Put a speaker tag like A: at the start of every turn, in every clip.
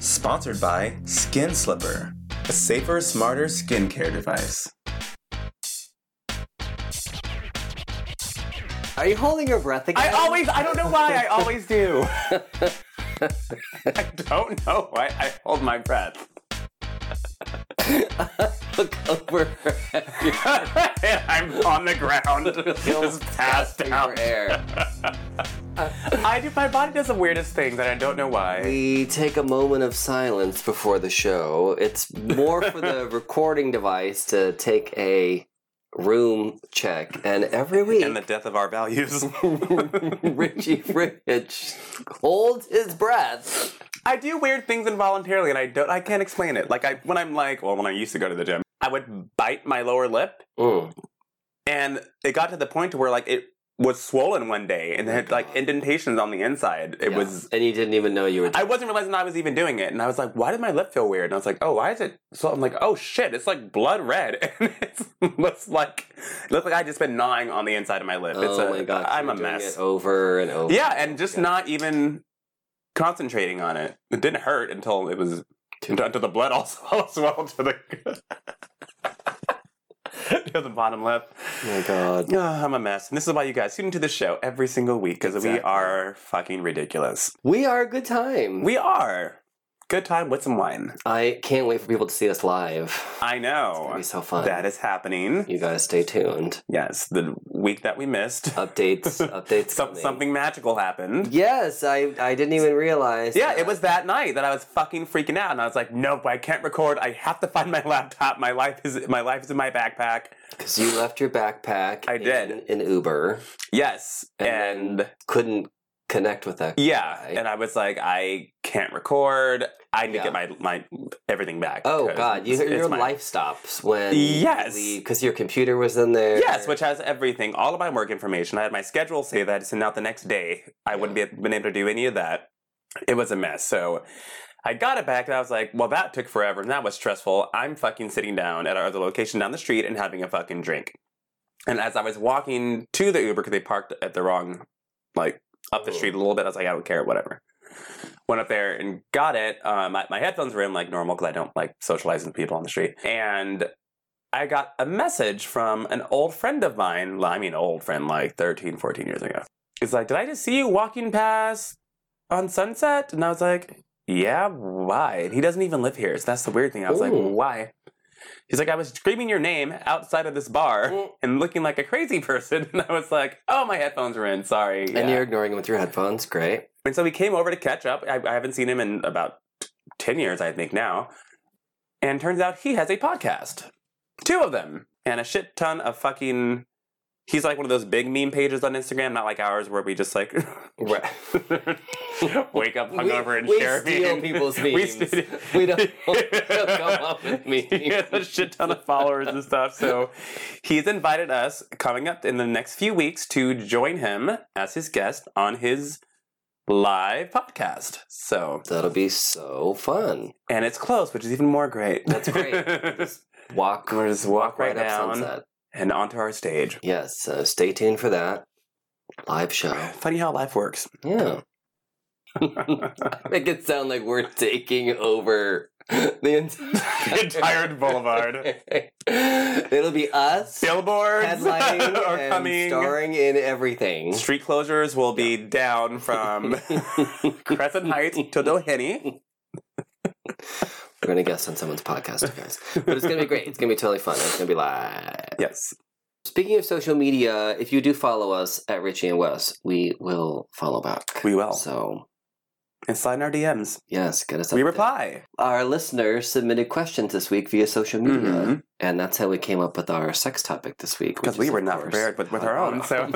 A: Sponsored by Skin Slipper, a safer, smarter skincare device.
B: Are you holding your breath again?
A: I always, I don't know why, I always do. I don't know why I hold my breath.
B: look over your
A: and I'm on the ground, just passed out.
B: air.
A: I do, my body does the weirdest things, and I don't know why.
B: We take a moment of silence before the show. It's more for the recording device to take a room check, and every week
A: And the death of our values.
B: Richie Rich holds his breath.
A: I do weird things involuntarily, and I don't. I can't explain it. Like I, when I'm like, well, when I used to go to the gym, I would bite my lower lip,
B: Mm.
A: and it got to the point to where like it was swollen one day, and it had like indentations on the inside. It
B: Oh Yeah.
A: was.
B: and you didn't even know you were.
A: I wasn't realizing I was even doing it, and I was like, "Why did my lip feel weird?" And I was like, "Oh, why is it?" So I'm like, "Oh shit, it's like blood red, and it's looks like it looks like I just been gnawing on the inside of my lip." it's
B: oh
A: a,
B: my god!
A: I'm
B: you're
A: a
B: doing
A: mess.
B: it over and over.
A: Yeah, and just not even concentrating on it. It didn't hurt until it was until until the blood also all swelled to the to the bottom lip.
B: Oh my god.
A: Ah, I'm a mess, and this is why you guys tune into the show every single week because we
B: Exactly.
A: are fucking ridiculous.
B: We are a good time.
A: We are good time with some wine.
B: I can't wait for people to see us live.
A: I
B: It'll
A: know
B: be so fun.
A: that is happening.
B: you guys stay tuned.
A: Yes, the week that we missed,
B: Updates, updates.
A: some,
B: Uh, coming.
A: something magical happened.
B: Yes, I I didn't even realize.
A: Yeah,
B: that.
A: it was that night that I was fucking freaking out, and I was like, "Nope, I can't record. I have to find my laptop. My life is my life is in my backpack."
B: because you left your backpack.
A: I
B: in
A: did.
B: an Uber.
A: Yes, and,
B: And Couldn't connect with that.
A: yeah,
B: guy.
A: and I was like, "I can't record. I need
B: Yeah.
A: to get my my everything back."
B: Oh
A: 'cause
B: God! You,
A: it's- it's
B: your
A: my-
B: life stops when
A: Yes.
B: because your computer was in there.
A: Yes, which has everything, all of my work information. I had my schedule saved. I had to send out the next day. I wouldn't be been able to do any of that. It was a mess. So I got it back, and I was like, "Well, that took forever, and that was stressful." I'm fucking sitting down at our other location down the street and having a fucking drink. And as I was walking to the Uber, because they parked at the wrong, like up the street a little bit, I was like, "I don't care, whatever." Went up there and got it. Um, my, my headphones were in like normal because I don't like socializing with people on the street. And I got a message from an old friend of mine. li- I mean, old friend, like 13, 14 years ago. It's like, did I just see you walking past on Sunset? And I was like, yeah, why? And he doesn't even live here. So that's the weird thing. I was like,
B: Ooh.
A: why? He's like, I was screaming your name outside of this bar
B: Mm.
A: and looking like a crazy person. And I was like, oh, my headphones are in. Sorry.
B: and
A: Yeah.
B: you're ignoring it with your headphones. Great.
A: And so he came over to catch up. I, I haven't seen him in about t- 10 years, I think, now. And turns out he has a podcast. Two of them. And a shit ton of fucking. He's like one of those big meme pages on Instagram, not like ours, where we just like
B: Right.
A: wake up
B: we,
A: hungover and
B: we
A: share a
B: steal
A: meme.
B: people's memes.
A: We
B: We,
A: steal-
B: don't, we don't come up with memes.
A: he has a shit ton of followers and stuff. So he's invited us coming up in the next few weeks to join him as his guest on his live podcast. So
B: That'll be so fun.
A: and it's close, which is even more great.
B: That's great. Walk,
A: We're just walk, right,
B: right up
A: down
B: sunset.
A: and onto our stage.
B: Yes. So stay tuned for that live show.
A: Funny how life works.
B: Yeah. Make it sound like we're taking over the entire,
A: Tired Boulevard.
B: It'll be us
A: Billboards
B: headlining
A: are
B: and
A: coming.
B: starring in everything.
A: Street closures will be down from Crescent Heights to Doheny.
B: We're gonna guest on someone's podcast, you guys. But it's gonna be great. It's gonna be totally fun. It's gonna be live.
A: Yes.
B: Speaking of social media, if you do follow us at Richie and Wes, we will follow back.
A: We will.
B: So
A: And slide in our DMs.
B: yes, get us.
A: We
B: up there.
A: reply.
B: Our listeners submitted questions this week via social media,
A: Mhm.
B: and that's how we came up with our sex topic this week.
A: Because we
B: which is,
A: were
B: of
A: not
B: course,
A: prepared with, with
B: hot
A: our own.
B: dog.
A: So.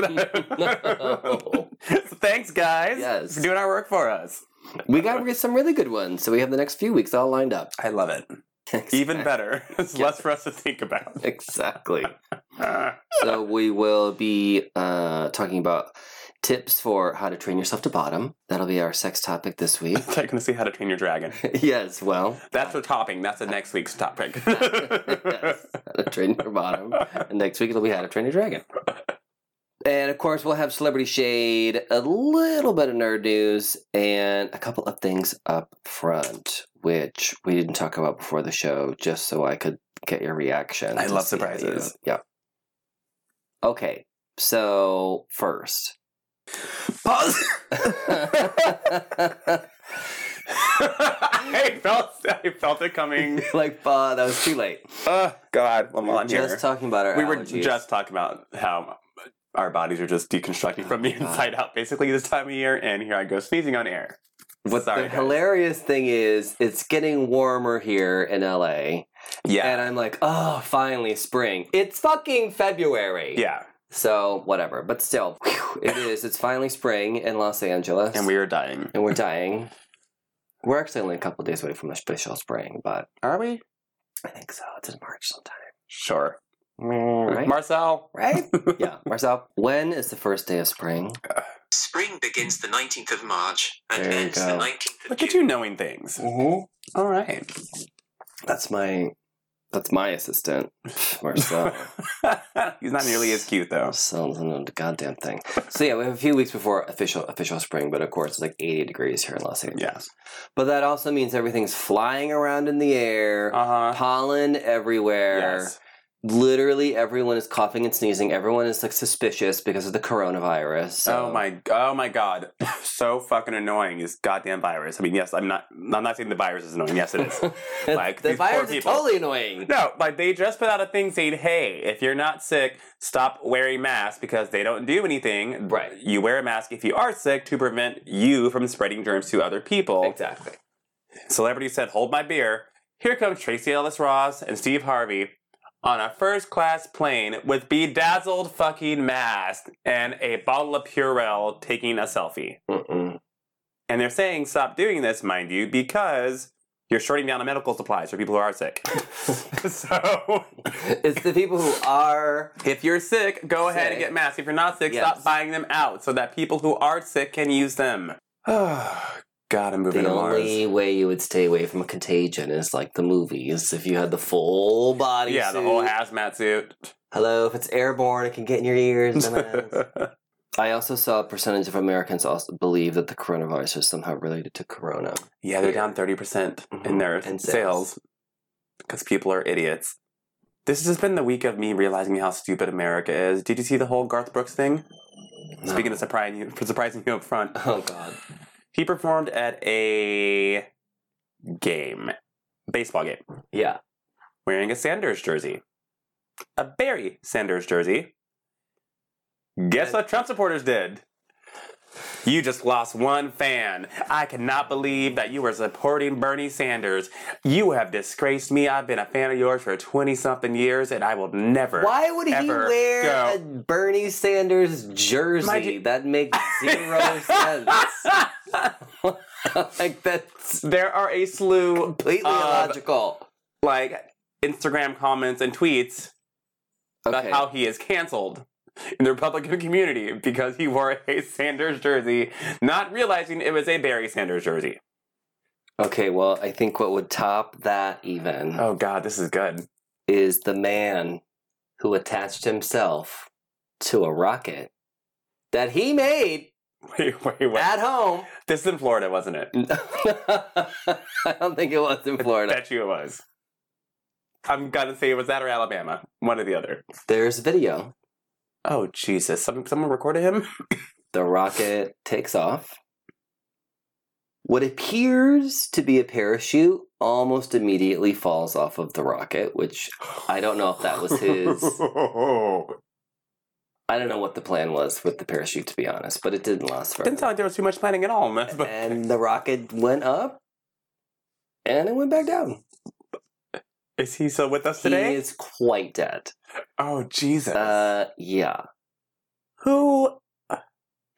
B: No.
A: So thanks, guys,
B: Yes.
A: for doing our work for us.
B: we got re- some really good ones, so we have the next few weeks all lined up.
A: I love it. Even better. It's
B: Yeah.
A: less for us to think about.
B: exactly.
A: Uh,
B: so we will be uh, talking about tips for how to train yourself to bottom. That'll be our sex topic this week.
A: it's like going to see how to train your dragon.
B: yes, well,
A: That's the topping. That's the next week's topic.
B: yes, how to train your bottom. And next week it'll be how to train your dragon. And of course, we'll have celebrity shade, a little bit of nerd news, and a couple of things up front. which we didn't talk about before the show, just so I could get your reaction.
A: I
B: to
A: love
B: see how you-
A: surprises.
B: yeah. Okay, so first.
A: Pause. I felt I felt it coming.
B: like, uh, that was too late.
A: Oh God, I'm on
B: just
A: here.
B: talking about our
A: we were
B: allergies.
A: just talking about how our bodies are just deconstructing from the
B: God.
A: inside out, basically this time of year. And here I go sneezing on air.
B: What
A: Sorry,
B: the
A: guys.
B: hilarious thing is, it's getting warmer here in LA,
A: Yeah,
B: and I'm like, oh, finally spring. It's fucking February.
A: yeah.
B: So whatever, but still, whew, it is. It's finally spring in Los Angeles,
A: And we are dying.
B: and we're dying. We're actually only a couple days away from the official spring, but
A: Are we?
B: I think so. It's in March sometime,
A: Sure.
B: right?
A: Marcel.
B: right? yeah, Marcel. When is the first day of spring?
C: Spring begins the 19th of March and
B: There you
C: ends
B: go.
C: the 19th of
A: Look at
C: June.
A: you knowing things.
B: Mm-hmm.
A: All right.
B: That's my. That's my assistant, Marcel.
A: He's not nearly as cute though.
B: Sounds like a goddamn thing. So yeah, we have a few weeks before official official spring, but of course it's like 80 degrees here in Los Angeles.
A: Yeah.
B: But that also means everything's flying around in the air,
A: Uh huh.
B: pollen everywhere.
A: Yes.
B: Literally everyone is coughing and sneezing. Everyone is like suspicious because of the coronavirus. So
A: Oh my! Oh my God! So fucking annoying! This goddamn virus. I mean, yes, I'm not. I'm not saying the virus is annoying. Yes, it is. Like,
B: the
A: these poor
B: virus is
A: people.
B: totally annoying.
A: No, like they just put out a thing saying, "Hey, if you're not sick, stop wearing masks because they don't do anything.
B: Right.
A: You wear a mask if you are sick to prevent you from spreading germs to other people."
B: Exactly.
A: Celebrity said, "Hold my beer." Here comes Tracy Ellis Ross and Steve Harvey on a first-class plane with bedazzled fucking masks and a bottle of Purell, taking a selfie.
B: Mm-mm.
A: And they're saying, "Stop doing this, mind you, because." You're shorting down on medical supplies for people who are sick. so
B: It's the people who are
A: If you're sick, go ahead and
B: Sick.
A: get masks. If you're not sick,
B: Yes.
A: stop buying them out so that people who are sick can use them. God, I'm moving
B: the
A: to
B: only
A: Mars.
B: way you would stay away from contagion is like the movies. If you had the full body,
A: Yeah, the
B: suit.
A: whole hazmat suit.
B: Hello, if it's airborne, it can get in your ears. dumbass. I also saw a percentage of Americans also believe that the coronavirus is somehow related to corona.
A: yeah, they're down 30% percent in their
B: Mhm. And sales.
A: sales because people are idiots. This has just been the week of me realizing how stupid America is. Did you see the whole Garth Brooks thing?
B: No.
A: Speaking of surprising you, surprising you up front,
B: Oh God!
A: he performed at a game, baseball game.
B: Yeah,
A: wearing a Sanders jersey. A Barry Sanders jersey. Guess what Trump supporters did? You just lost one fan. I cannot believe that you were supporting Bernie Sanders. You have disgraced me. I've been a fan of yours for 20 something years and I will never.
B: why would he
A: ever
B: wear
A: go.
B: a Bernie Sanders
A: Mind
B: jersey?
A: you-
B: that makes zero sense. like that's
A: there are a slew
B: completely
A: Um,
B: illogical.
A: like Instagram comments and tweets about
B: Okay,
A: how he is canceled in the Republican community because he wore a Sanders jersey, not realizing it was a Barry Sanders jersey.
B: okay. Well, I think what would top that even
A: Oh God, this is good.
B: is the man who attached himself to a rocket that he made
A: Wait, wait, wait.
B: at home.
A: This is in Florida, wasn't it?
B: I don't think it was in Florida.
A: Bet you it was. I'm gonna say it was that or Alabama, one or the other.
B: There's video.
A: Oh Jesus! Some, someone recorded him.
B: The rocket takes off. What appears to be a parachute almost immediately falls off of the rocket, which I don't know if that was his. I don't know what the plan was with the parachute, to be honest, but it didn't
A: Didn't
B: last forever.
A: sound like there was too much planning at all. man, But
B: And the rocket went up and it went back down.
A: is he still with us
B: He
A: today?
B: is quite dead.
A: Oh Jesus!
B: Uh, yeah.
A: Who?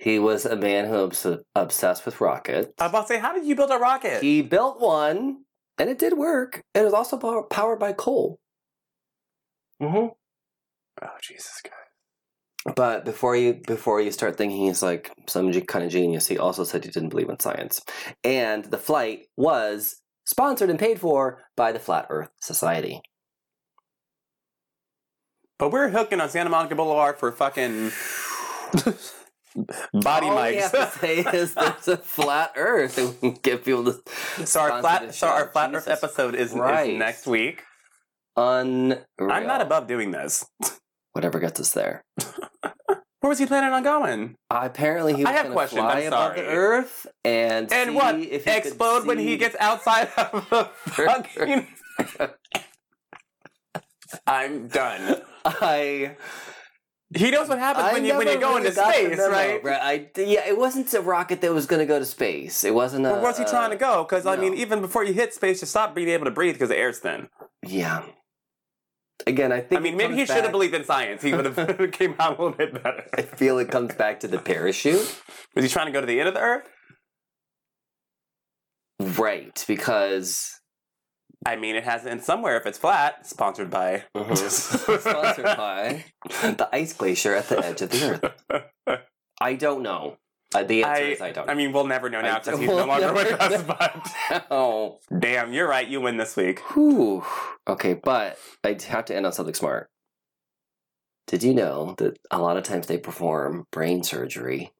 B: He was a man who obs- obsessed with rockets.
A: I'm about to say, how did you build a rocket?
B: He built one, and it did work. It was also pow- powered by coal. Mm-hmm.
A: oh Jesus! God.
B: But before you before you start thinking he's like some g- kind of genius, he also said he didn't believe in science, and the flight was sponsored and paid for by the Flat Earth Society.
A: But we're hooking on Santa Monica Boulevard for fucking body
B: All we
A: mics.
B: have to say is there's a flat Earth, and we can get people to
A: so our
B: sponsor
A: flat,
B: this
A: so our
B: show.
A: flat Earth
B: Jesus
A: episode is, is
B: Christ.
A: next week.
B: unreal.
A: I'm not above doing this.
B: whatever gets us there.
A: Where was he planning on going?
B: Uh, apparently, he was
A: I have
B: gonna
A: questions,
B: Fly
A: I'm
B: above the
A: sorry.
B: Earth and
A: And
B: see
A: what?
B: If he could
A: Explode when he
B: see-
A: gets outside of the fucking. I'm done.
B: I
A: He knows what happens
B: I
A: when you when
B: never
A: you go
B: really
A: into
B: got the
A: space,
B: memo,
A: right?
B: Brett. I d- yeah, it wasn't a rocket that was going to go to space. It wasn't a.
A: Where was he trying to go? Because I
B: no.
A: mean, even before you hit space, you stop being able to breathe because the air's thin.
B: uh, Yeah. Again, I think.
A: I mean,
B: it
A: maybe
B: comes
A: he should
B: back-
A: have believed in science. He would have came out a little bit better.
B: I feel it comes back to the parachute.
A: Was he trying to go to the end of the Earth?
B: Right, because
A: I mean, it has in somewhere if it's flat. Sponsored by.
B: Mm-hmm. sponsored by the ice glacier at the edge of the earth. I don't know. Uh, the answer
A: I,
B: is I don't
A: I mean, we'll never know
B: I
A: now because
B: don't-
A: he's no
B: we'll
A: longer
B: never
A: with us.
B: know.
A: But
B: know.
A: damn, you're right. You win this week.
B: Whew. Okay, but I have to end on something smart. Did you know that a lot of times they perform brain surgery,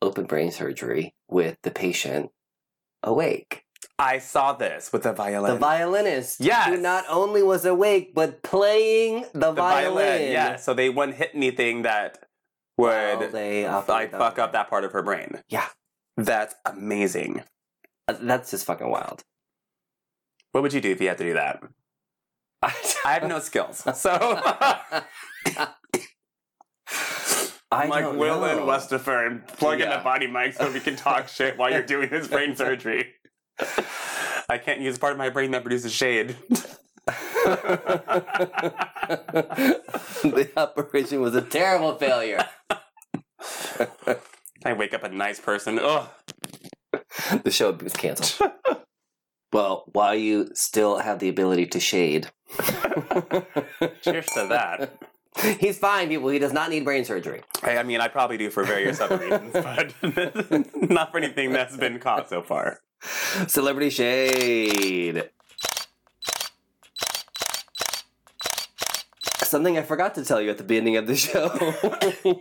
B: open brain surgery, with the patient awake?
A: I saw this with the violin.
B: The violinist,
A: Yes.
B: who not only was awake but playing the,
A: The
B: violin,
A: Yeah. So they wouldn't hit anything that would
B: while they
A: like
B: operate on-
A: fuck up that part of her brain.
B: Yeah.
A: That's amazing.
B: Uh, That's just fucking wild.
A: What would you do if you had to do that? I have no skills. So
B: I
A: I'm like
B: don't
A: Will
B: know.
A: and Westifer and plug in
B: Yeah.
A: a body mic so we can talk shit while you're doing this brain surgery. I can't use part of my brain that produces shade.
B: the operation was a terrible failure.
A: I wake up a nice person. Ugh.
B: The show was canceled. Well, while you still have the ability to shade,
A: Cheers to that.
B: he's fine, people. He does not need brain surgery.
A: I, I mean, I probably do for various other reasons, but not for anything that's been caught so far.
B: Celebrity shade. Something I forgot to tell you at the beginning of the show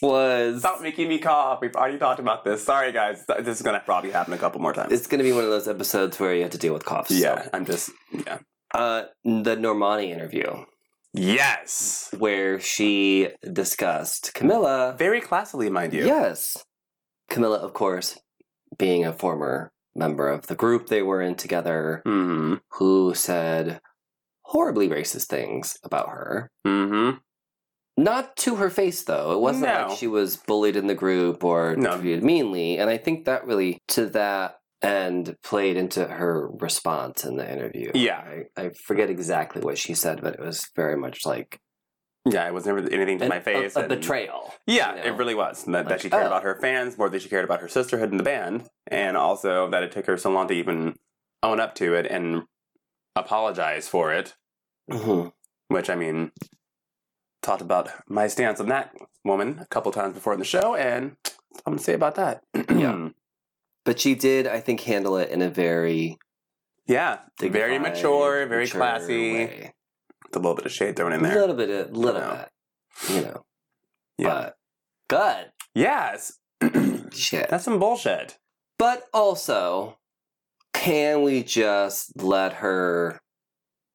B: was
A: Stop making me cough. We've already talked about this. Sorry, guys. Th- This is gonna probably happen a couple more times.
B: it's going to be one of those episodes where you have to deal with coughs.
A: yeah, I'm just yeah.
B: So, uh, the Normani interview
A: Yes.
B: where she discussed Camilla.
A: Very classily, mind you.
B: Yes. Camilla, of course, being a former member of the group they were in together,
A: Mm-hmm.
B: who said horribly racist things about her.
A: Mm-hmm.
B: Not to her face, though. It wasn't
A: No.
B: like she was bullied in the group or
A: No.
B: treated meanly. And I think that really, to that end, played into her response in the interview.
A: Yeah.
B: I, I forget exactly what she said, but it was very much like
A: Yeah, it was never anything to
B: an-
A: my face.
B: a, a
A: and-
B: betrayal.
A: Yeah,
B: you know?
A: it really was. And That, that
B: Like,
A: she cared
B: oh.
A: about her fans more than she cared about her sisterhood in the band, and also that it took her so long to even own up to it and apologize for it. Mm-hmm.
B: Mhm.
A: Which I mean, talked about my stance on that woman a couple times before in the show, and I'm gonna say about that.
B: Yeah. But she did, I think, handle it in a very
A: Yeah, very
B: dignified,
A: mature, very
B: mature
A: classy.
B: way.
A: It's a little bit of shade thrown in
B: A
A: there.
B: little bit, of, little
A: No.
B: bit, you know.
A: Yeah.
B: But
A: yes.
B: good shit.
A: That's some bullshit.
B: But also, can we just let her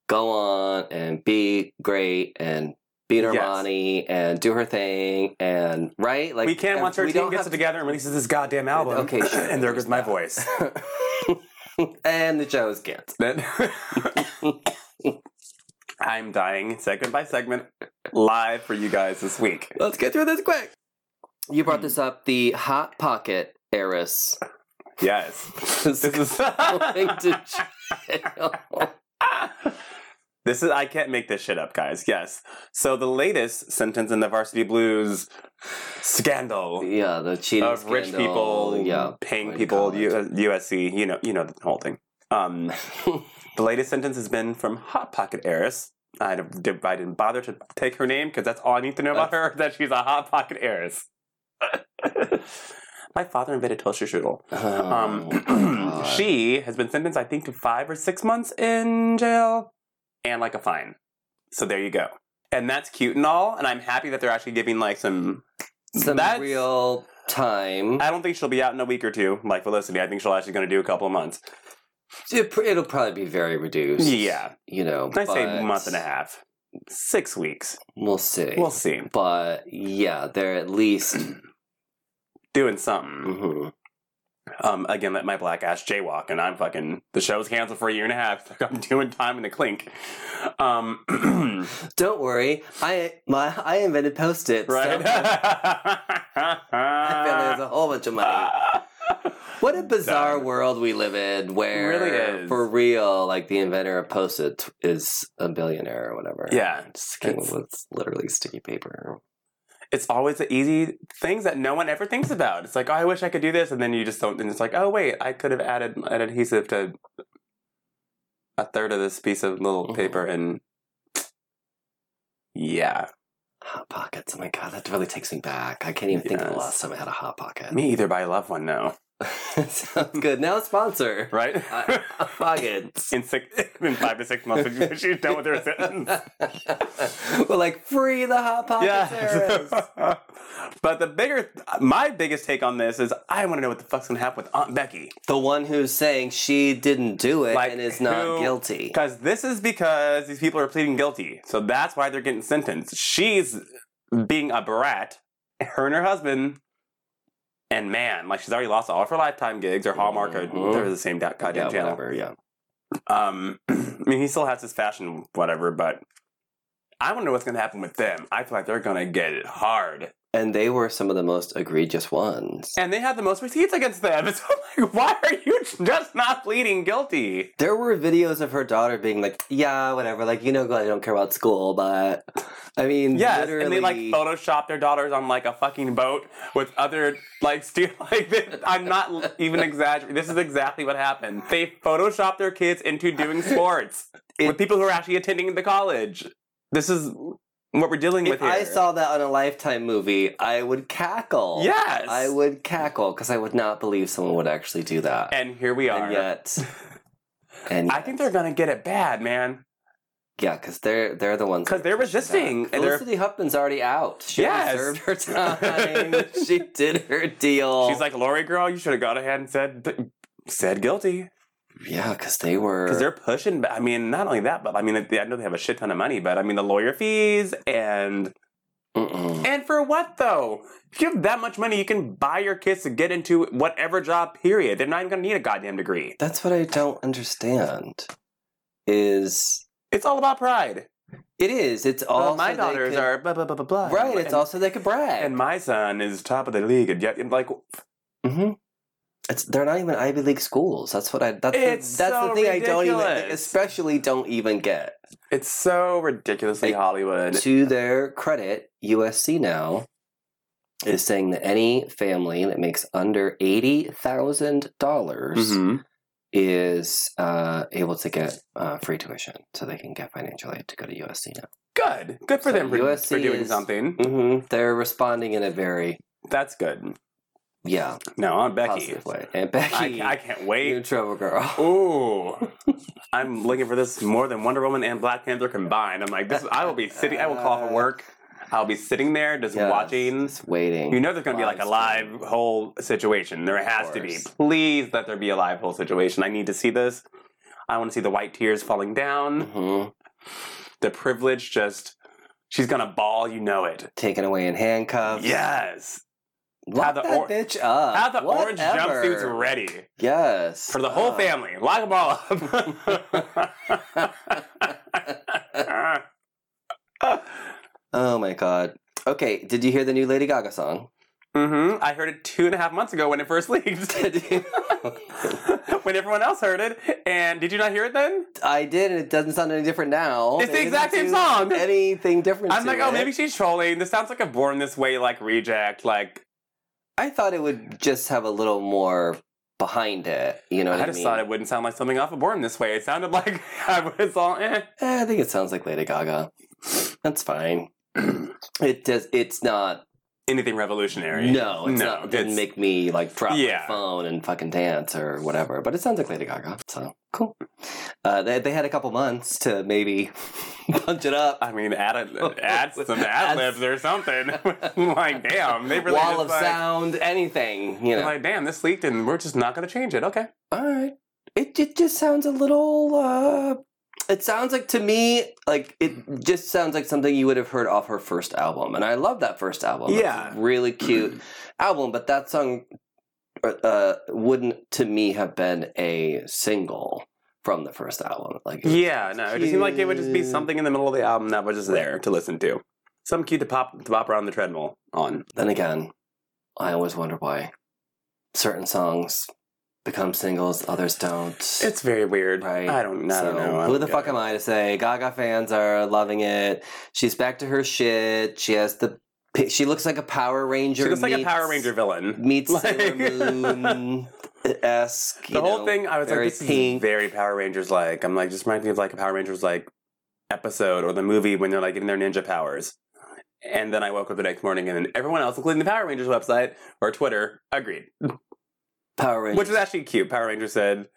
B: go on and be great and be
A: Yes.
B: Normani and do her thing and right? Like
A: we can't once our
B: we
A: team
B: don't
A: gets it
B: have
A: together and releases this goddamn album.
B: Okay, sure.
A: and there goes my voice.
B: to- and the show is canceled.
A: Then- I'm dying segment by segment live for you guys this week.
B: Let's get through this quick. You
A: Mm.
B: brought this up, the hot pocket heiress.
A: Yes. This is
B: going to jail.
A: This is I can't make this shit up, guys. Yes. So the latest sentence in the Varsity Blues scandal
B: yeah, the cheating
A: of rich
B: scandal.
A: people
B: Yeah,
A: paying
B: way to
A: people
B: call it.
A: U- USC, you know, you know the whole thing. Um, the latest sentence has been from Hot Pocket heiress. I didn't I didn't bother to take her name because that's all I need to know about her that she's a Hot Pocket heiress. My father invented toaster strudel.
B: Oh
A: Um,
B: um,
A: she has been sentenced, I think, to five or six months in jail and like a fine. So there you go. And that's cute and all. And I'm happy that they're actually giving like some
B: some
A: That's-
B: real time.
A: I don't think she'll be out in a week or two, like Felicity. I think she'll actually going to do a couple of months.
B: It, pr- it'll probably be very reduced.
A: Yeah.
B: you know,
A: I say
B: but
A: month and a half, six weeks.
B: We'll see.
A: We'll see.
B: but yeah, they're at least.
A: Doing something.
B: Mhm.
A: Um, again, let my black ass jaywalk, and I'm fucking. The show's canceled for a year and a half. I'm doing time in the clink. Um,
B: Don't worry, I my I invented post its.
A: right.
B: I feel there's a whole bunch of money. What a bizarre
A: Uh, Done.
B: world we live in where,
A: Really is.
B: for real, like the inventor of Post it is a billionaire or whatever.
A: Yeah, just
B: Came
A: kidding.
B: with literally sticky paper.
A: it's always the easy things that no one ever thinks about. It's like, oh, I wish I could do this, and then you just don't. And it's like, oh, wait, I could have added an adhesive to a third of this piece of little
B: Mhm.
A: paper, and yeah,
B: Hot pockets. Oh my god, that really takes me back. I can't even think of the
A: Yes.
B: last time I had a hot pocket.
A: me either. But I love one now,
B: Sounds good. Now sponsor.
A: right?
B: Uh, hot pockets.
A: in six, in five to six months, when she's done with her sentence.
B: We're like free the hot pockets.
A: Yeah.
B: Eras.
A: but the bigger, my biggest take on this is, I want to know what the fuck's gonna happen with Aunt Becky.
B: the one who's saying she didn't do it
A: Like,
B: and is not
A: who-
B: guilty.
A: Because this is because these people are pleading guilty. So that's why they're getting sentenced. She's being a brat, her and her husband. And man, like she's already lost all of her lifetime gigs or Hallmark
B: Mhm.
A: or they're the same da- goddamn
B: yeah,
A: channel.
B: whatever. Yeah.
A: Um, I mean, he still has his fashion, whatever, but I want to know what's going to happen with them. I feel like they're going to get it hard.
B: And they were some of the most egregious ones.
A: And they have the most receipts against them. So I'm like, why are you just not pleading guilty?
B: There were videos of her daughter being like, "Yeah, whatever. Like, you know, I don't care about school, but I mean,
A: Yes,
B: literally,
A: and they like Photoshop their daughters on like a fucking boat with other like stu- like they, I'm not even exaggerating. This is exactly what happened. They Photoshop their kids into doing sports with people who are actually attending the college. This is what we're dealing with
B: if
A: here.
B: I saw that on a Lifetime movie, I would cackle.
A: yes,
B: I would cackle because I would not believe someone would actually do that.
A: and here we are.
B: And yet, and
A: I think they're gonna get it bad, man.
B: yeah, because they're they're the ones
A: 'Cause they're
B: pushing
A: resisting,
B: back.
A: and they're-
B: Felicity Huffman's already out. She
A: Yes.
B: served her time. she did her deal.
A: She's like, Lori, girl, you should have gone ahead and said said guilty
B: yeah, because they were
A: because they're pushing. ba- I mean, not only that, but I mean, I know they have a shit ton of money, but I mean, the lawyer fees and
B: Mm-mm.
A: And for what though? If you have that much money, you can buy your kids to get into whatever job. Period. They're not even gonna need a goddamn degree.
B: That's what I don't understand. Is
A: It's all about pride.
B: it is? It's
A: Uh,
B: all
A: my daughters are blah blah blah blah blah.
B: right. It's
A: And-
B: also they could brag.
A: And my son is top of the league, and yet, and like,
B: hmm It's they're not even Ivy League schools. That's what I. That's
A: It's
B: the, that's
A: so
B: the thing I don't even,
A: ridiculous.
B: especially don't even get.
A: it's so ridiculously
B: Like,
A: Hollywood.
B: To their credit, USC now is saying that any family that makes under eighty dollars
A: Mhm.
B: is uh, able to get uh, free tuition, so they can get financial aid to go to USC now.
A: Good, good for
B: So
A: them for,
B: USC
A: for doing
B: is-
A: something.
B: Mm-hmm. They're responding in a very
A: That's good.
B: yeah
A: No, I'm Becky.
B: positive way. And
A: I,
B: Becky,
A: I can't
B: you
A: wait.
B: trouble girl.
A: Ooh, I'm looking for this more than Wonder Woman and Black Panther combined. I'm like, this. I will be sitting. I will call for work. I'll be sitting there just
B: Yes,
A: watching.
B: just waiting.
A: You know, there's going to be like a
B: Live
A: live whole situation. There has to be.
B: course.
A: Please let there be a live whole situation. I need to see this. I want to see the white tears falling down.
B: hmm
A: The privilege just. She's going to ball. You know it.
B: taken away in handcuffs.
A: Yes.
B: Lock
A: Have the
B: that
A: or-
B: bitch up.
A: Have the orange
B: Whatever.
A: jumpsuits ready
B: Yes.
A: for the whole
B: Uh,
A: family. Lock them all up.
B: Oh my god. Okay, did you hear the new Lady Gaga song?
A: hmm I heard it two and a half months ago when it first leaked.
B: Did you-
A: when everyone else heard it. And did you not hear it then?
B: I did, and it doesn't sound any different now.
A: It's the
B: They
A: exact
B: didn't
A: same song.
B: do Anything different?
A: I'm
B: to
A: like, oh,
B: it.
A: maybe she's trolling. This sounds like a born this way, like reject. Like,
B: I thought it would just have a little more behind it. You know what
A: I
B: I,
A: just
B: mean?
A: thought it wouldn't sound like something off of born this way. It sounded like I was all, eh.
B: Eh, I think it sounds like Lady Gaga. That's fine. it does. It's not
A: anything revolutionary.
B: No, it's not. Didn't
A: it's-
B: make me like drop
A: Yeah.
B: my phone and fucking dance or whatever. But it sounds like Lady Gaga, so cool. Uh, they they had a couple months to maybe punch it up.
A: I mean, add a, add some ad libs or something. like, damn, they really
B: Wall
A: just
B: of
A: like,
B: sound, anything, you know.
A: Like, damn, this leaked, and we're just not going to change it. Okay,
B: All right. It it just sounds a little. uh It sounds like to me like it just sounds like something you would have heard off her first album, and I love that first album. It's a
A: Yeah.
B: really cute album, but that song uh, wouldn't to me have been a single from the first album. Like it was-
A: yeah, no, it just seemed like it would just be
B: Cute.
A: something in the middle of the album that was just there to listen to. Some cue to pop to pop around the treadmill on.
B: Then again, I always wonder why certain songs become singles, others don't.
A: It's very weird.
B: Right.
A: I don't, I don't
B: So,
A: know. I
B: Who
A: don't
B: the
A: get
B: fuck
A: it.
B: am I to say? Gaga fans are loving it. She's back to her shit. She has the. pi- She looks like a Power Ranger.
A: She looks like a
B: meets-
A: Power Ranger villain.
B: meets
A: Like-
B: Sailor Moon esque.
A: The whole thing, I was like,
B: very
A: this is
B: pink.
A: very Power Rangers like. I'm like, just reminds me of like a Power Rangers like episode or the movie when they're like getting their ninja powers. And then I woke up the next morning, and then everyone else, including the Power Rangers website or Twitter, agreed,
B: Power Ranger.
A: which is actually cute. Power Rangers said,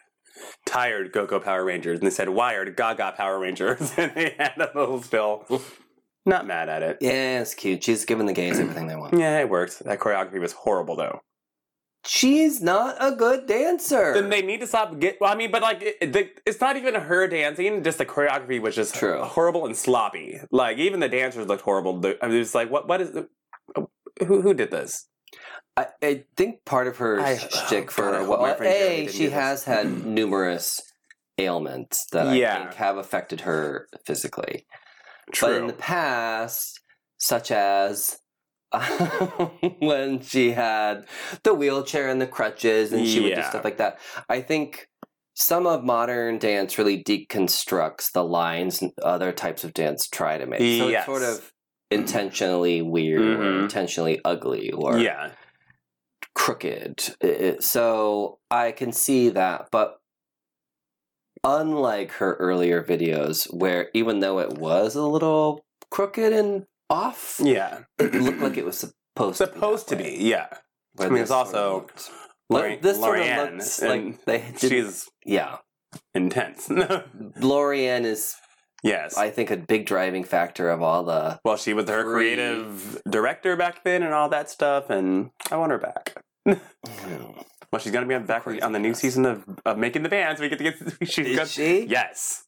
A: "Tired Go Power Rangers," and they said, "Wired Gaga Power Rangers," and they had a little spill. Not mad at it.
B: yeah, it's cute. She's giving the gays everything they want.
A: Yeah, it worked. That choreography was horrible, though.
B: She's not a good dancer.
A: Then they need to stop. Get well, I mean, but like, it, it- the, it's not even her dancing. Just the choreography was just
B: True.
A: horrible and sloppy. Like even the dancers looked horrible. The- I mean, it's like what? What is? Who who did this?
B: I, I think part of her
A: I-
B: shtick
A: oh,
B: for
A: God, I hope
B: well,
A: my friend Jeremy
B: a
A: didn't
B: she
A: do this.
B: has had numerous ailments that I
A: Yeah.
B: think have affected her physically. But in
A: True.
B: the past, such as when she had the wheelchair and the crutches and she would do
A: Yeah.
B: stuff like that. I think some of modern dance really deconstructs the lines and other types of dance try to make. So it's
A: Yes.
B: sort of intentionally weird or
A: Mhm.
B: intentionally ugly or
A: yeah,
B: crooked. Uh, So I can see that, but unlike her earlier videos, where even though it was a little crooked and off,
A: yeah.
B: it looked like it was supposed
A: Supposed to
B: that way,
A: be. Yeah.
B: where
A: I mean,
B: this
A: it's also
B: sort of looked- But this sort of
A: Lorianne,
B: looks
A: and
B: like they did.
A: she's
B: yeah,
A: intense.
B: Lorianne is,
A: yes.
B: I think, a big driving factor of all the.
A: well, she was her
B: Free.
A: creative director back then and all that stuff, and I want her back. Well, she's gonna be on back
B: Crazy
A: on the new
B: ass.
A: season of, of Making the Bands. We get to get. She's
B: Is
A: got,
B: she?
A: yes.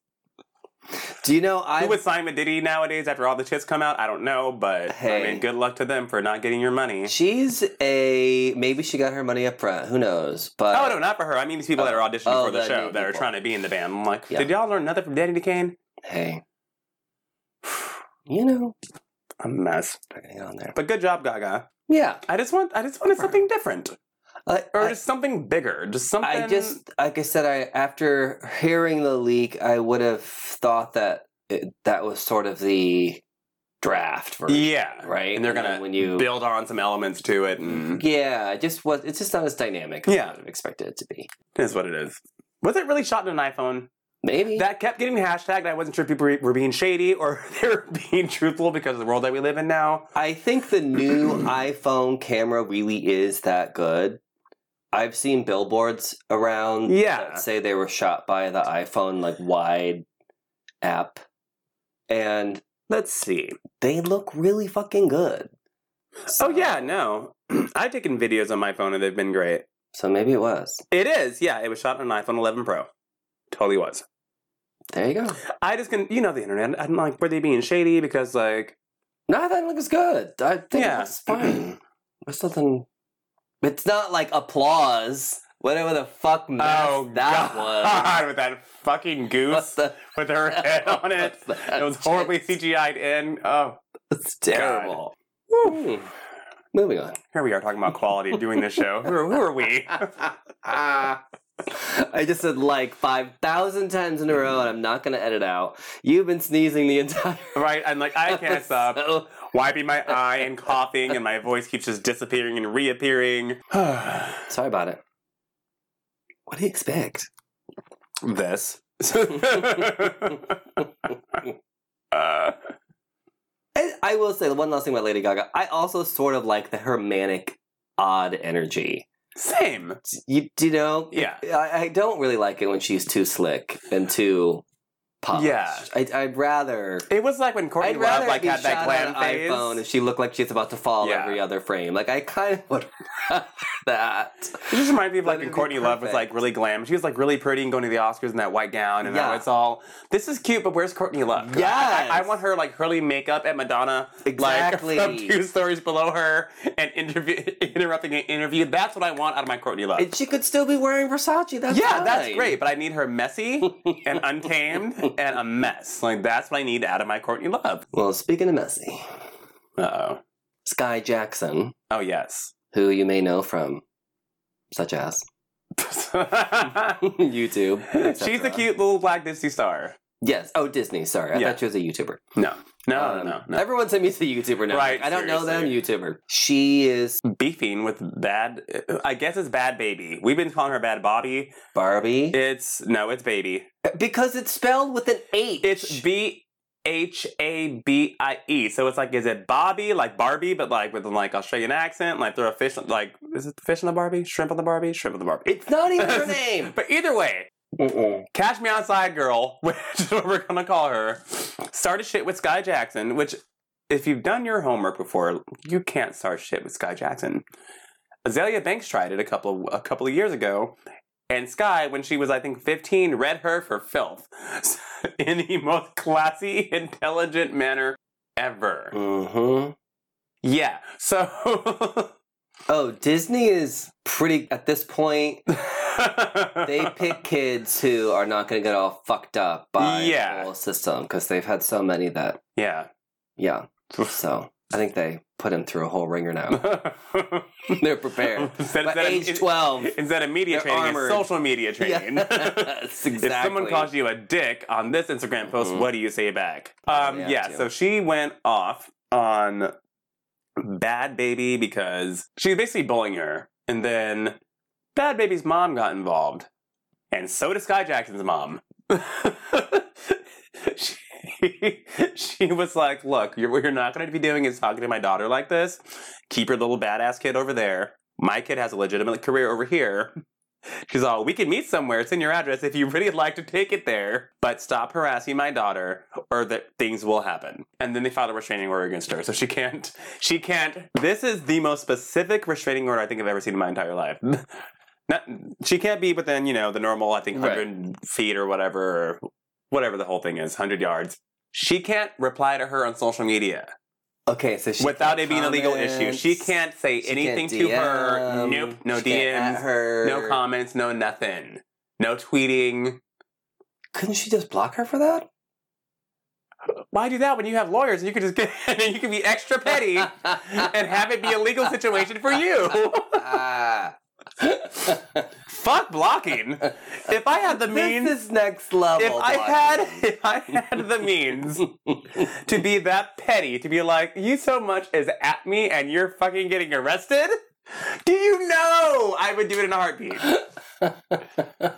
B: Do you know? I
A: Who would sign with Diddy nowadays after all the shits come out? I don't know, but I
B: Hey.
A: mean, good luck to them for not getting your money.
B: She's a maybe she got her money up front. Who knows? But
A: oh no, not for her. I mean these people that are auditioning
B: uh, Oh,
A: for the
B: the
A: show
B: new
A: that are
B: people.
A: trying to be in the band. I'm like,
B: Yeah.
A: did y'all learn nothing from Danny DeCane?
B: hey, you know,
A: I'm a mess.
B: hang on there.
A: But good job, Gaga.
B: Yeah,
A: I just want, I just wanted something different,
B: I,
A: or
B: I,
A: just something bigger, just something.
B: I just like I said, I after hearing the leak, I would have thought that it, that was sort of the draft version,
A: yeah,
B: right?
A: And they're
B: then
A: gonna
B: when you
A: build on some elements to it,
B: Mm-hmm.
A: and
B: yeah, it just was. It's just not as dynamic. as
A: Yeah.
B: I would have expected it to be.
A: it is what it is. Was it really shot in an iPhone?
B: Maybe
A: that kept getting hashtagged. I wasn't sure if people were being shady or they were being truthful because of the world that we live in now.
B: I think the new iPhone camera really is that good. I've seen billboards around
A: Yeah.
B: that say they were shot by the iPhone like wide app, and
A: Let's see.
B: they look really fucking good.
A: Oh
B: So-
A: yeah, no. I've taken videos on my phone and they've been great.
B: So maybe it was.
A: It is, yeah. It was shot on an iPhone 11 Pro. Totally was.
B: There you go.
A: I just can, you know, the internet. I'm like, were they being shady? Because like,
B: No, I thought it looks good. I think
A: Yeah.
B: it's fine. There's nothing. It's not like applause. Whatever the fuck mess that
A: Oh, God, with that fucking
B: was. What
A: goose
B: the
A: with her head
B: hell
A: on it.
B: was that
A: It was horribly
B: shit?
A: CGI'd in. Oh,
B: It's terrible.
A: Woo.
B: Hmm. Moving on.
A: here we are talking about quality of doing this show. Who are, who are we?
B: I just said like 5,000 times in a row, and I'm not going to edit out. You've been sneezing the entire
A: Right? I'm like, I can't stop.
B: episode.
A: wiping my eye and coughing, and my voice keeps just disappearing and reappearing.
B: Sorry about it. What do you expect?
A: this. uh,
B: I, I will say one last thing about Lady Gaga. I also sort of like the her manic, odd energy.
A: Same.
B: You, do you know?
A: Yeah.
B: I, I don't really like it when she's too slick and too polished.
A: Yeah.
B: I, I'd rather.
A: It was like when Courtney
B: I'd
A: Love
B: rather
A: like
B: be
A: had that
B: shot on
A: glam
B: an
A: phase.
B: iPhone if she looked like she's about to fall
A: Yeah.
B: every other frame. Like I kind of would rather that.
A: It just reminds me of
B: But
A: like when
B: it'd be
A: Courtney Love was like
B: perfect.
A: really glam. She was like really pretty and going to the Oscars in that white gown, and now
B: Yeah.
A: it's all this is cute, but where's Courtney Love? 'Cause I- I, I,
B: Yes.
A: want her like curly makeup at Madonna,
B: Exactly.
A: like from two stories below her, and interview interrupting an interview. That's what I want out of my Courtney Love.
B: And she could still be wearing Versace. That's
A: yeah,
B: fine.
A: that's great, but I need her messy and untamed and a mess. Like that's what I need out of my Courtney Love.
B: Well, speaking of messy,
A: Uh oh.
B: Sky Jackson,
A: Oh yes.
B: who you may know from such as YouTube. et
A: She's
B: cetera.
A: the cute little black Disney star.
B: Yes. Oh, Disney. Sorry, I
A: Yeah.
B: thought she was a YouTuber.
A: No. No,
B: Um,
A: no, no,
B: Everyone sent me to the YouTuber now.
A: Right,
B: Like, I don't know them.
A: seriously.
B: YouTuber. She is
A: no. Beefing with bad, I guess it's bad baby. We've been calling her bad Bobby.
B: Barbie
A: It's, no, it's baby.
B: because it's spelled with an H.
A: It's B H A B I E. So it's like, is it Bobby, like Barbie, but like with an like Australian accent? Like throw a fish, like, is it fish on the Barbie? Shrimp on the Barbie? Shrimp on the Barbie.
B: It's not even her name.
A: But either way, Catch Me Outside Girl, which is what we're gonna call her, started shit with Sky Jackson, which if you've done your homework before, you can't start shit with Sky Jackson. Azalea Banks tried it a couple of a couple of years ago, and Sky, when she was I think 15, read her for filth in the most classy, intelligent manner ever.
B: Mm-hmm.
A: Yeah. So
B: Oh, Disney is pretty at this point. They pick kids who are not going to get all fucked up by
A: Yeah.
B: the whole system because they've had so many that
A: Yeah.
B: yeah. So I think they put him through a whole ringer now. They're prepared.
A: Instead-
B: By
A: instead of-
B: age twelve,
A: Instead of media
B: They're
A: training,
B: armored.
A: it's social media training.
B: Yes, exactly.
A: If someone calls you a dick on this Instagram post,
B: Mhm.
A: what do you say back? Um,
B: Yeah,
A: yeah,
B: too.
A: so she went off on Bad Baby because she was basically bullying her. And then Bad Baby's mom got involved. And so did Sky Jackson's mom. she, she was like, Look, you're, what you're not going to be doing is talking to my daughter like this. Keep your little badass kid over there. My kid has a legitimate career over here. She's all, we can meet somewhere. It's in your address if you really like to take it there. But stop harassing my daughter, or that things will happen. And then they filed a restraining order against her, so she can't. She can't. This is the most specific restraining order I think I've ever seen in my entire life. Not, she can't be within, you know, the normal, I think,
B: Right.
A: 100 feet or whatever, or whatever the whole thing is, 100 yards. She can't reply to her on social media
B: okay, so she
A: without
B: can't
A: it being a legal issue. She
B: comment.
A: can't say
B: She
A: anything
B: can't
A: to her.
B: DM.
A: Nope. No
B: She can't
A: DMs.
B: at her.
A: No comments, no nothing. No tweeting.
B: Couldn't she just block her for that?
A: Why do that when you have lawyers and you can just get and you can be extra petty and have it be a legal situation for you?
B: Ah.
A: Fuck blocking. If I had the means
B: this is next level.
A: if I had if I had the means to be that petty, to be like, you so much is at me and you're fucking getting arrested? Do you know I would do it in a heartbeat?
B: had.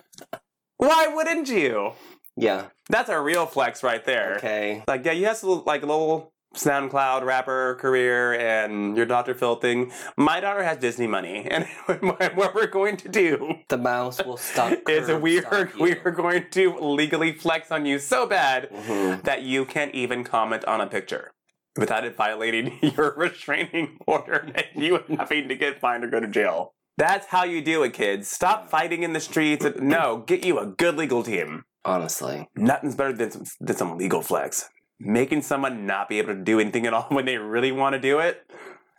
A: Why wouldn't you?
B: yeah.
A: That's a real flex right there.
B: Okay.
A: Like, yeah, you have some, like a little SoundCloud rapper career and your Dr. Phil thing. My daughter has Disney money, and what we're going to do
B: The mouse will stop.
A: is
B: curb
A: we
B: stop
A: are
B: you.
A: we are going to legally flex on you so bad
B: Mhm.
A: that you can't even comment on a picture without it violating your restraining order and you having to get fined or go to jail. That's how you do it, kids. Stop fighting in the streets. No, get you a good legal team
B: Honestly,
A: nothing's better than some, than some legal flex. Making someone not be able to do anything at all when they really want to do it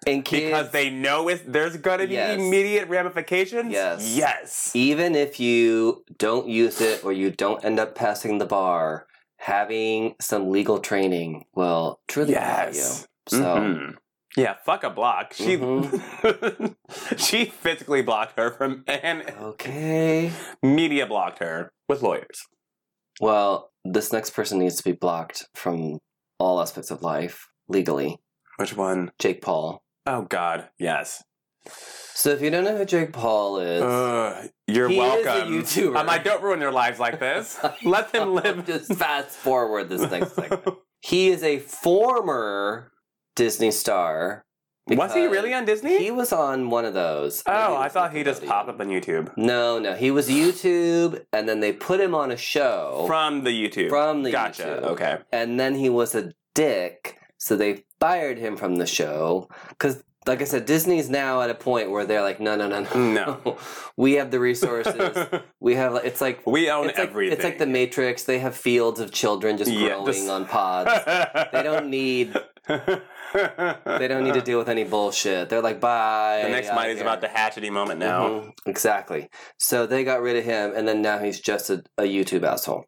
B: and
A: because
B: kids,
A: they know it's, there's going to be
B: Yes.
A: immediate ramifications.
B: Yes.
A: Yes.
B: even if you don't use it or you don't end up passing the bar, having some legal training will truly help you.
A: Yes.
B: So. Mm-hmm.
A: Mhm. Yeah, fuck a block. She she physically blocked her from and
B: Okay.
A: media blocked her with lawyers.
B: Well, this next person needs to be blocked from all aspects of life legally.
A: Which one?
B: Jake Paul.
A: Oh God, yes.
B: So if you don't know who Jake Paul is,
A: Ugh, you're
B: He is a
A: welcome.
B: YouTuber.
A: I'm like, don't ruin their lives like this. Let them live.
B: just fast forward this next segment. He is a former Disney star.
A: Was he
B: because
A: really on Disney?
B: He was on one of those.
A: oh,
B: Maybe it
A: I
B: was
A: thought he just
B: Nickelodeon.
A: popped up on YouTube.
B: No, no, he was YouTube, and then they put him on a show
A: From the YouTube.
B: from the
A: gotcha.
B: YouTube,
A: Okay.
B: and then he was a dick, so they fired him from the show because. Like I said, Disney's now at a point where they're like, no, no, no, no.
A: No.
B: we have the resources. we have, it's like,
A: we own
B: it's like,
A: everything.
B: it's like the Matrix. They have fields of children just
A: Yeah,
B: growing
A: just-
B: on pods. they don't need they don't need to deal with any bullshit. They're like, bye.
A: The next
B: outta
A: Mighty's
B: here."
A: about the hatchety moment now.
B: Mhm, exactly. So they got rid of him, and then now he's just a, a YouTube asshole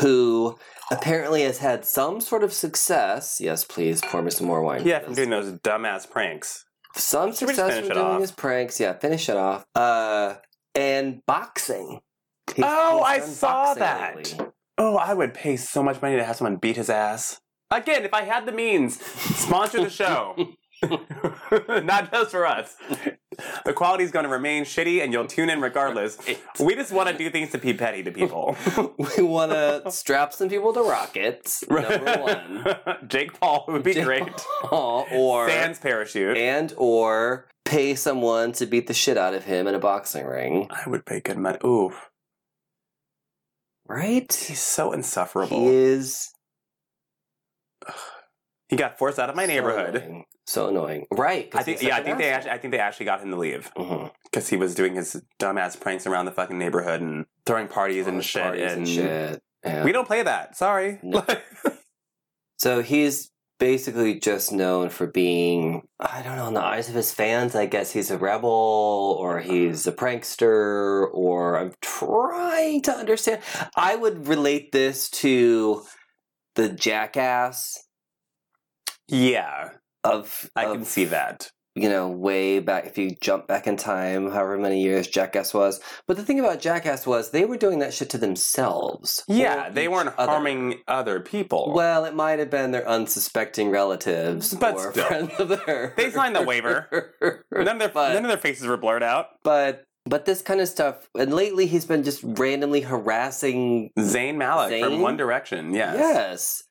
B: who apparently has had some sort of success. Yes, please pour me some more wine.
A: Yeah,
B: for
A: from
B: this.
A: doing those dumbass pranks.
B: some
A: Should we just
B: success
A: finish
B: from
A: it
B: doing
A: off?
B: his pranks. Yeah, finish it off. Uh, and boxing. He's-
A: Oh,
B: he's
A: I
B: done
A: saw
B: boxing
A: that.
B: lately.
A: Oh, I would pay so much money to have someone beat his ass. Again, if I had the means, sponsor the show. Not just for us. The quality's going to remain shitty and you'll tune in regardless. We just want to do things to be petty to people.
B: we want to strap some people to rockets. Number one.
A: Jake Paul would be
B: Jake
A: great.
B: Paul or
A: Sans parachute.
B: and or pay someone to beat the shit out of him in a boxing ring.
A: I would pay good money. Ooh,
B: Right?
A: he's so insufferable.
B: He is
A: He got forced out of my
B: so
A: neighborhood.
B: annoying. So annoying. Right. 'cause
A: I think
B: he's
A: yeah, I
B: such
A: think
B: an
A: they
B: asshole.
A: actually, I think they actually got him to leave
B: Mhm.
A: because he was doing his dumbass pranks around the fucking neighborhood and throwing parties and
B: Parties
A: shit. and,
B: shit. Yeah.
A: we don't play that. Sorry.
B: No. So he's basically just known for being I don't know, in the eyes of his fans, I guess he's a rebel or he's a prankster or I'm trying to understand. I would relate this to the jackass
A: yeah,
B: of
A: I
B: of,
A: can see that.
B: you know, way back if you jump back in time, however many years Jackass was. But the thing about Jackass was they were doing that shit to themselves.
A: Yeah,
B: Or
A: they
B: each
A: weren't
B: other.
A: harming other people.
B: Well, it might have been their unsuspecting relatives
A: But
B: or
A: still.
B: friends of theirs.
A: They signed the waiver. none of their
B: but-
A: none of their faces were blurred out.
B: but but this kind of stuff. And lately, he's been just randomly harassing.
A: Zayn Malik from
B: Zayn?
A: One Direction. Yes.
B: Yes,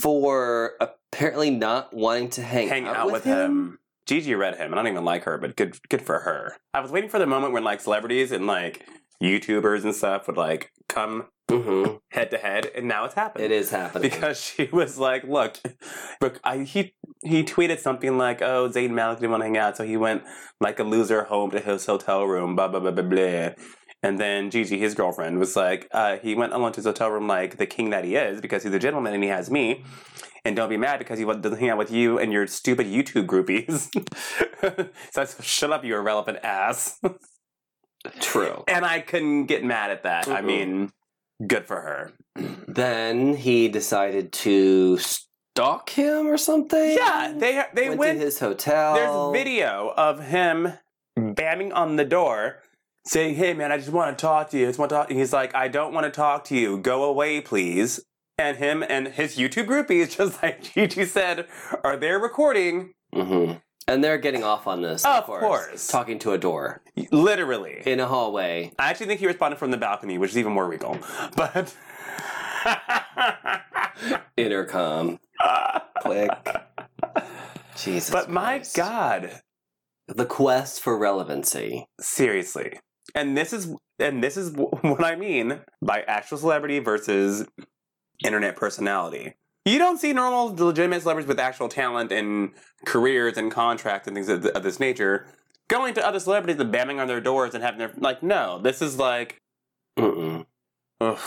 B: for apparently not wanting to hang,
A: hang out, with him. Gigi read him. and I don't even like her, but good good for her. I was waiting for the moment when like celebrities and like YouTubers and stuff would like come
B: Mhm.
A: head to head, and now it's happened.
B: It is happening
A: Because she was like, "Look, look." I, he he tweeted something like, "Oh, Zayn Malik didn't want to hang out, so he went like a loser home to his hotel room." Blah blah blah blah blah. And then Gigi, his girlfriend, was like, uh, "He went alone to his hotel room like the king that he is because he's a gentleman and he has me." And don't be mad because he wa- doesn't hang out with you and your stupid YouTube groupies. so I said, shut up, you irrelevant ass.
B: true.
A: And I couldn't get mad at that. I
B: Mhm.
A: mean, good for her.
B: Then he decided to stalk him or something.
A: Yeah, they they
B: went,
A: went.
B: to his hotel.
A: There's video of him banging on the door, saying, "Hey, man, I just want to talk to you. I just want to talk." And he's like, "I don't want to talk to you. Go away, please." And him and his YouTube groupies, just like Gigi said, are there recording,
B: hmm And they're getting off on this, of,
A: Of course.
B: talking to a door
A: literally.
B: in a hallway.
A: I actually think he responded from the balcony, which is even more regal. But
B: Intercom. Click. Jesus.
A: but my
B: Christ.
A: God,
B: The quest for relevancy.
A: seriously. And this is and this is wh- what I mean by actual celebrity versus internet personality. You don't see normal, legitimate celebrities with actual talent and careers and contracts and things of, th- of this nature going to other celebrities and banging on their doors and having their like. No, this is like,
B: Mm-mm.
A: ugh.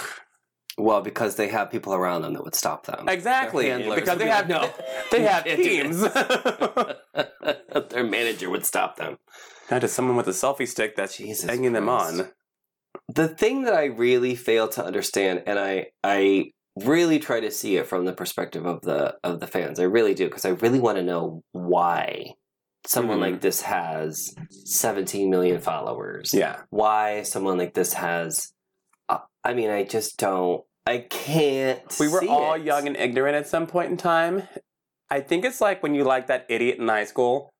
B: Well, because they have people around them that would stop them.
A: exactly
B: Their handlers
A: because
B: would
A: they
B: be
A: have
B: like,
A: they
B: you
A: have
B: can't do
A: teams.
B: this." Their manager would stop them.
A: Not just someone with a selfie stick that's
B: Jesus
A: hanging them
B: Christ.
A: on.
B: the thing that I really fail to understand, and I I really try to see it from the perspective of the of the fans. I really do because I really want to know why someone
A: Mhm.
B: like this has 17 million followers.
A: Yeah.
B: Why someone like this has? I- I mean, I just don't. I can't.
A: We were
B: see
A: all
B: it.
A: young and ignorant at some point in time. I think it's like when you like that idiot in high school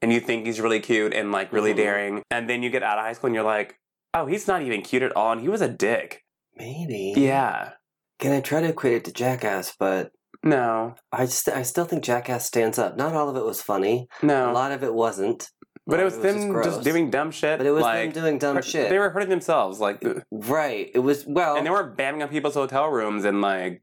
A: and you think he's really cute and like really
B: Mhm.
A: daring, and then you get out of high school and you're like, oh, he's not even cute at all, and he was a dick.
B: Maybe.
A: Yeah.
B: Can I try to equate it to Jackass? But
A: No,
B: I just I still think Jackass stands up. Not all of it was funny. A
A: no.
B: lot of it wasn't.
A: But it
B: Oh,
A: was,
B: it was
A: them
B: just
A: just,
B: gross.
A: doing dumb shit.
B: But it was
A: like,
B: them doing dumb
A: hurt-
B: shit.
A: They were hurting themselves, like, th-
B: right. It was well
A: and they were banging on people's hotel rooms and like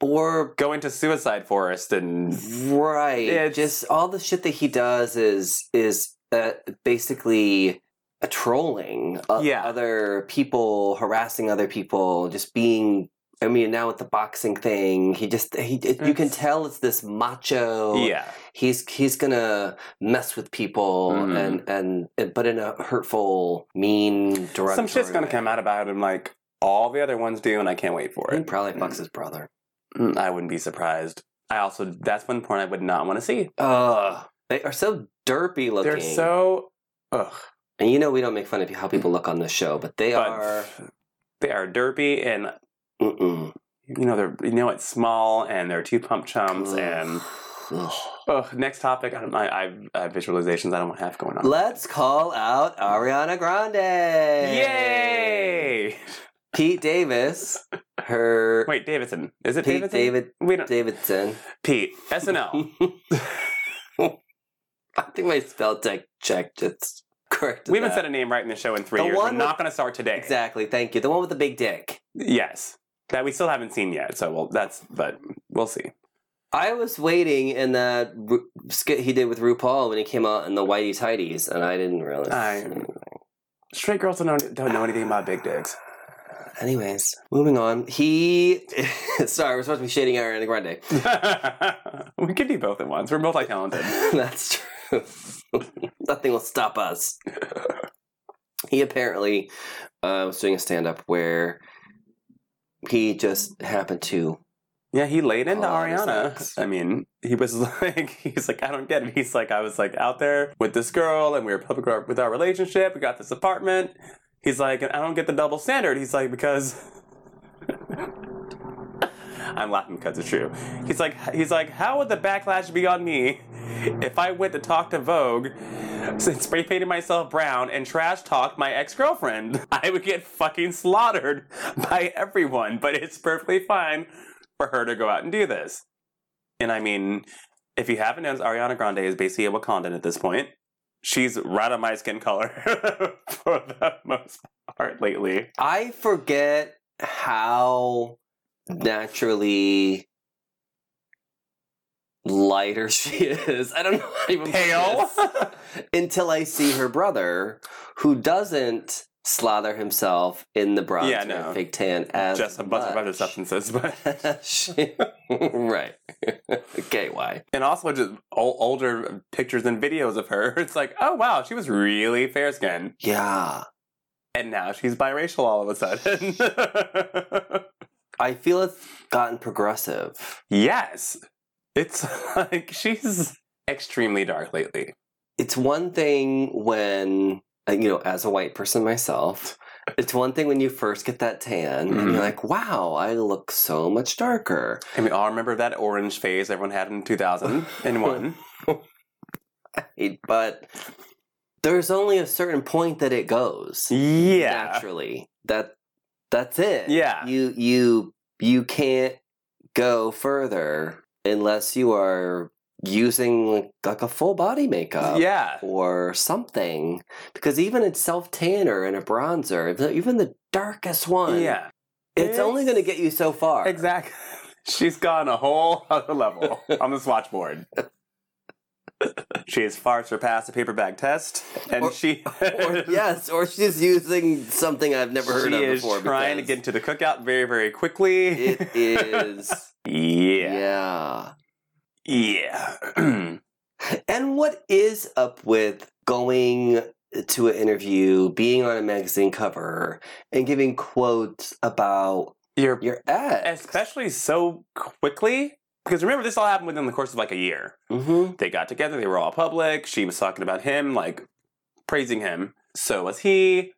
B: or
A: going to suicide forest and
B: right.
A: It's-
B: just all the shit that he does is is uh, basically a trolling of
A: Yeah.
B: other people, harassing other people, just being I mean, now with the boxing thing, he just he you can
A: It's-
B: tell it's this macho
A: yeah,
B: he's he's gonna mess with people
A: Mhm.
B: and, and but in a hurtful, mean, derogatory.
A: some shit's gonna
B: way.
A: come out about him like all the other ones do, and I can't wait for
B: He
A: it.
B: probably fucks his brother.
A: Mm, I wouldn't be surprised. I also that's one porn I would not want to see.
B: Ugh, they are so derpy looking.
A: They're so ugh,
B: and you know we don't make fun of how people look on this show, but they
A: but
B: are.
A: they are derpy and
B: Mm-mm.
A: you know they're you know it's small and they're two pump chums and
B: Ugh.
A: ugh. Next topic. I don't. I, I, I have visualizations I don't want to have going on.
B: Let's call out Ariana Grande.
A: Yay!
B: Pete Davis, her
A: Wait, Davidson. Is it
B: Pete
A: Davidson?
B: David
A: We don't.
B: Davidson.
A: Pete. SNL.
B: I think my spell check check just corrected.
A: we haven't
B: that.
A: said a name right in the show in three
B: The
A: years.
B: one
A: We're
B: with-
A: not going to start today.
B: Exactly. Thank you. The one with the big dick.
A: Yes. That we still haven't seen yet. So well, that's. But we'll see.
B: I was waiting in that Ru- skit he did with RuPaul when he came out in the whitey tighties, and I didn't realize.
A: I- Straight girls don't know, don't know anything about big dicks.
B: Anyways, moving on. He. Sorry, we're supposed to be shading Ariana Grande.
A: we can do both at once. We're multi-talented.
B: That's true. Nothing will stop us. He apparently uh, was doing a stand up where he just happened to.
A: Yeah, he laid into
B: Oh, I was
A: Ariana.
B: like-
A: I mean, he was like, he's like, I don't get it. He's like, I was like out there with this girl, and we were public our- with our relationship. We got this apartment. He's like, and I don't get the double standard. He's like, because I'm laughing because it's true. He's like, he's like, how would the backlash be on me if I went to talk to Vogue, spray painted myself brown, and trash talked my ex girlfriend? I would get fucking slaughtered by everyone. But it's perfectly fine for her to go out and do this. And I mean, if you haven't noticed, Ariana Grande is basically a Wakandan at this point. She's right on my skin color for the most part lately.
B: I forget how naturally lighter she is. I don't know how to even put
A: Pale.
B: this. until I see her brother, who doesn't slather himself in the bronzer
A: Yeah, no.
B: and fake tan as
A: Just a bunch of other
B: much.
A: substances, but
B: She- right. okay, why?
A: and also just ol older pictures and videos of her. It's like, oh wow, she was really fair skinned,
B: Yeah.
A: and now she's biracial all of a sudden.
B: I feel it's gotten progressive.
A: yes, it's like she's extremely dark lately.
B: It's one thing when, uh, you know, as a white person myself, it's one thing when you first get that tan and
A: Mhm.
B: you're like, wow, I look so much darker.
A: And we all remember that orange phase everyone had in 2001.
B: It- But there's only a certain point that it goes.
A: yeah.
B: naturally. That that's it.
A: Yeah.
B: You you you can't go further unless you are using like, like a full body makeup
A: Yeah.
B: or something. Because even in self tanner and a bronzer, the- even the darkest one,
A: Yeah.
B: it's, only
A: It's-
B: going to get you so far.
A: Exactly. She's gone a whole other level on the swatchboard. she has far surpassed the paper bag test, and
B: Or-
A: she
B: Or, yes, or she's using something I've never heard
A: she
B: of
A: is
B: before.
A: trying to get
B: because
A: into the cookout very, very quickly.
B: it is.
A: yeah,
B: yeah.
A: yeah.
B: And what is up with going uh, to an interview, being on a magazine cover, and giving quotes about
A: You're
B: your ex?
A: especially so quickly because remember this all happened within the course of like a year.
B: hmm
A: they got together they were all public she was talking about him like praising him so was he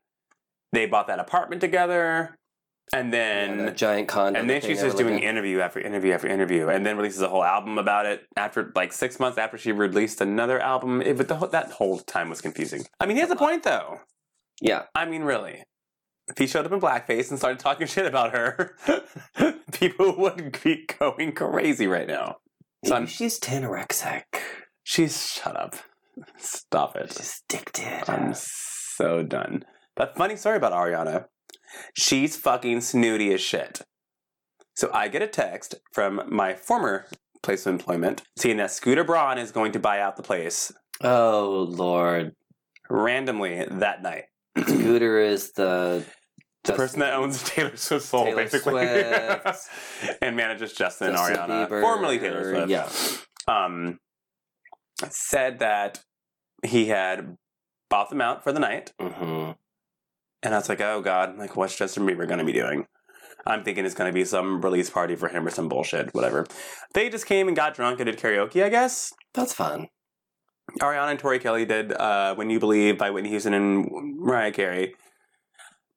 A: they bought that apartment together and then
B: a giant condo.
A: and then
B: thing
A: she's
B: they
A: just
B: were
A: doing
B: looking-
A: interview after interview after interview and then releases a whole album about it after like six months after she released another album it, but the, whole- that whole time was confusing i mean here's the point though
B: Yeah,
A: i mean really if he showed up in blackface and started talking shit about her people would be going crazy right now. Son.
B: Maybe she's tanorexic.
A: She's shut up. Stop it.
B: She's addicted.
A: I'm so done. But funny story about Ariana. She's fucking snooty as shit. So I get a text from my former place of employment seeing that Scooter Braun is going to buy out the place
B: oh lord,
A: randomly that night.
B: Scooter is the
A: The
B: Justin-
A: person that owns Taylor Swift's soul,
B: Taylor
A: basically,
B: Swift.
A: and manages Justin, and
B: Justin
A: Ariana,
B: Bieber,
A: formerly Taylor Swift. um, said that he had bought them out for the night,
B: hmm
A: and I was like, "Oh God, like what's Justin Bieber gonna be doing?" I'm thinking it's gonna be some release party for him or some bullshit, whatever. They just came and got drunk and did karaoke, I guess.
B: That's fun.
A: Ariana and Tori Kelly did uh, "When You Believe" by Whitney Houston and Mariah Carey,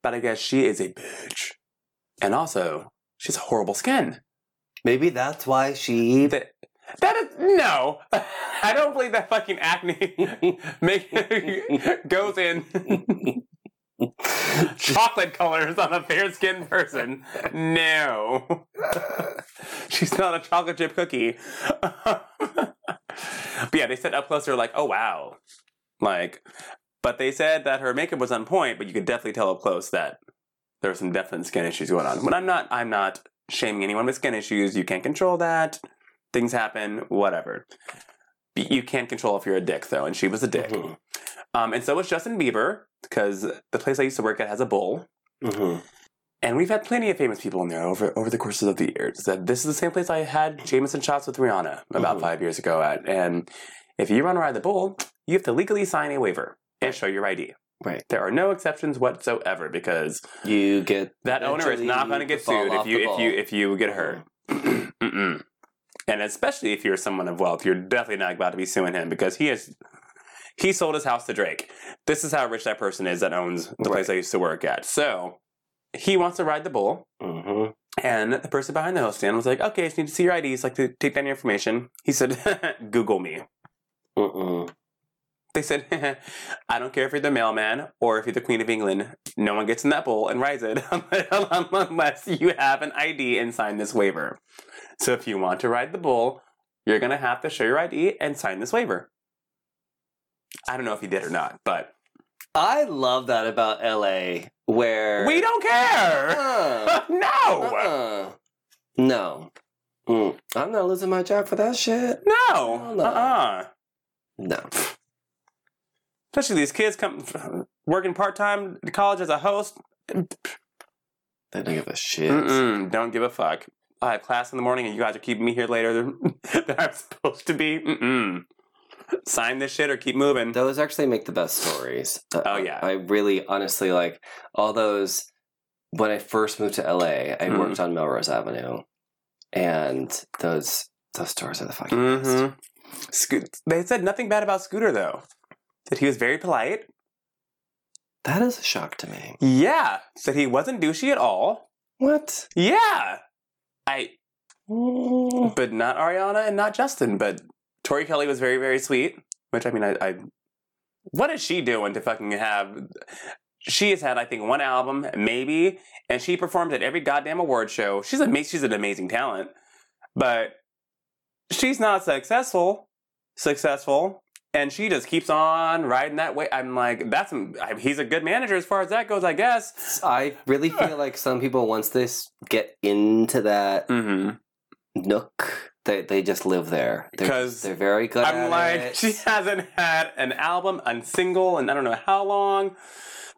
A: but I guess she is a bitch, and also she's horrible skin.
B: Maybe that's why she
A: That that is no. I don't believe that fucking acne make, goes in chocolate colors on a fair skinned person. No. She's not a chocolate chip cookie. but yeah, they said up close they're like, oh wow. Like but they said that her makeup was on point, but you could definitely tell up close that there were some definite skin issues going on. When I'm not I'm not shaming anyone with skin issues. You can't control that. Things happen, whatever. Y- You can't control if you're a dick though, and she was a dick.
B: Mhm.
A: Um, and so was Justin Bieber, because the place I used to work at has a bowl.
B: Mhm.
A: And we've had plenty of famous people in there over over the courses of the years. That this is the same place I had Jameson shots with Rihanna about
B: Mhm.
A: five years ago at. And if you run around the bowl, you have to legally sign a waiver and show your ID.
B: Right.
A: There are no exceptions whatsoever because
B: You get
A: that owner is not going to
B: Eventually,
A: get
B: you fall
A: sued if
B: off
A: you
B: the Mm-hmm.
A: if
B: ball.
A: you if you get hurt. Mm-mm. and especially if you're someone of wealth, you're definitely not about to be suing him because he is he sold his house to Drake. This is how rich that person is that owns the place I used to work at. So he wants to ride the bull.
B: Mhm.
A: And the person behind the host stand was like, okay, I just need to see your ID. He's like, to take down your information. He said, Google me.
B: Mm-mm.
A: They said, I don't care if you're the mailman or if you're the Queen of England. No one gets in that bowl and rides it unless you have an ID and sign this waiver. So if you want to ride the bull, you're going to have to show your ID and sign this waiver. I don't know if he did or not, but
B: I love that about LA, where
A: we don't Oh, care.
B: Uh,
A: no.
B: uh-uh. No, Mm. I'm not losing my job for that shit.
A: No.
B: no.
A: Uh-uh.
B: No,
A: Especially these kids come working part-time to college as a host.
B: they don't give a shit.
A: Mm-mm, don't give a fuck. I have class in the morning and you guys are keeping me here later than, than I'm supposed to be. Mm-mm. Sign this shit or keep moving.
B: Those actually make the best stories. Uh,
A: Oh, yeah.
B: I really honestly like all those. When I first moved to LA, I
A: Mhm.
B: worked on Melrose Avenue, and those those stores are the fucking best.
A: Mm-hmm. Scoot- they said nothing bad about Scooter though. That he was very polite.
B: That is a shock to me.
A: Yeah. Said he wasn't douchey at all.
B: What?
A: Yeah. I
B: Mm.
A: but not Ariana and not Justin. But Tori Kelly was very, very sweet. Which I mean, I, I what is she doing to fucking have? She has had, I think, one album, maybe, and she performs at every goddamn award show. She's amazing. She's an amazing talent, but she's not successful. Successful, and she just keeps on riding that way. I'm like, that's I, he's a good manager as far as that goes, I guess.
B: I really feel like some people once they s- get into that
A: Mm-hmm.
B: nook, they they just live there. They're-
A: 'Cause
B: they're very good.
A: I'm
B: at
A: like,
B: it.
A: she hasn't had an album, a single, and I don't know how long,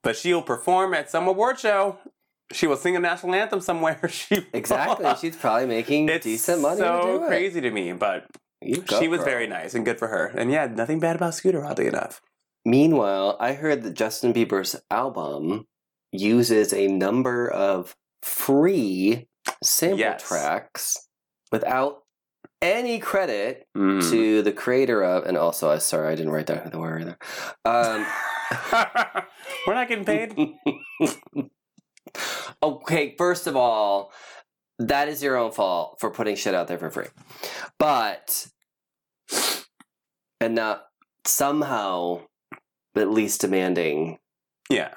A: but she'll perform at some award show. She will sing a national anthem somewhere. She
B: exactly. She's probably making
A: it's
B: decent money. to
A: So
B: do it.
A: crazy to me, but
B: You go,
A: she was
B: girl.
A: very nice and good for her. And yeah, nothing bad about Scooter, oddly enough.
B: Meanwhile, I heard that Justin Bieber's album uses a number of free sample
A: Yes.
B: tracks without any credit
A: Mm.
B: to the creator of, and also, I sorry, I didn't write down who they were either. Um,
A: We're not getting paid.
B: okay, first of all, that is your own fault for putting shit out there for free. But and not somehow at least demanding
A: yeah.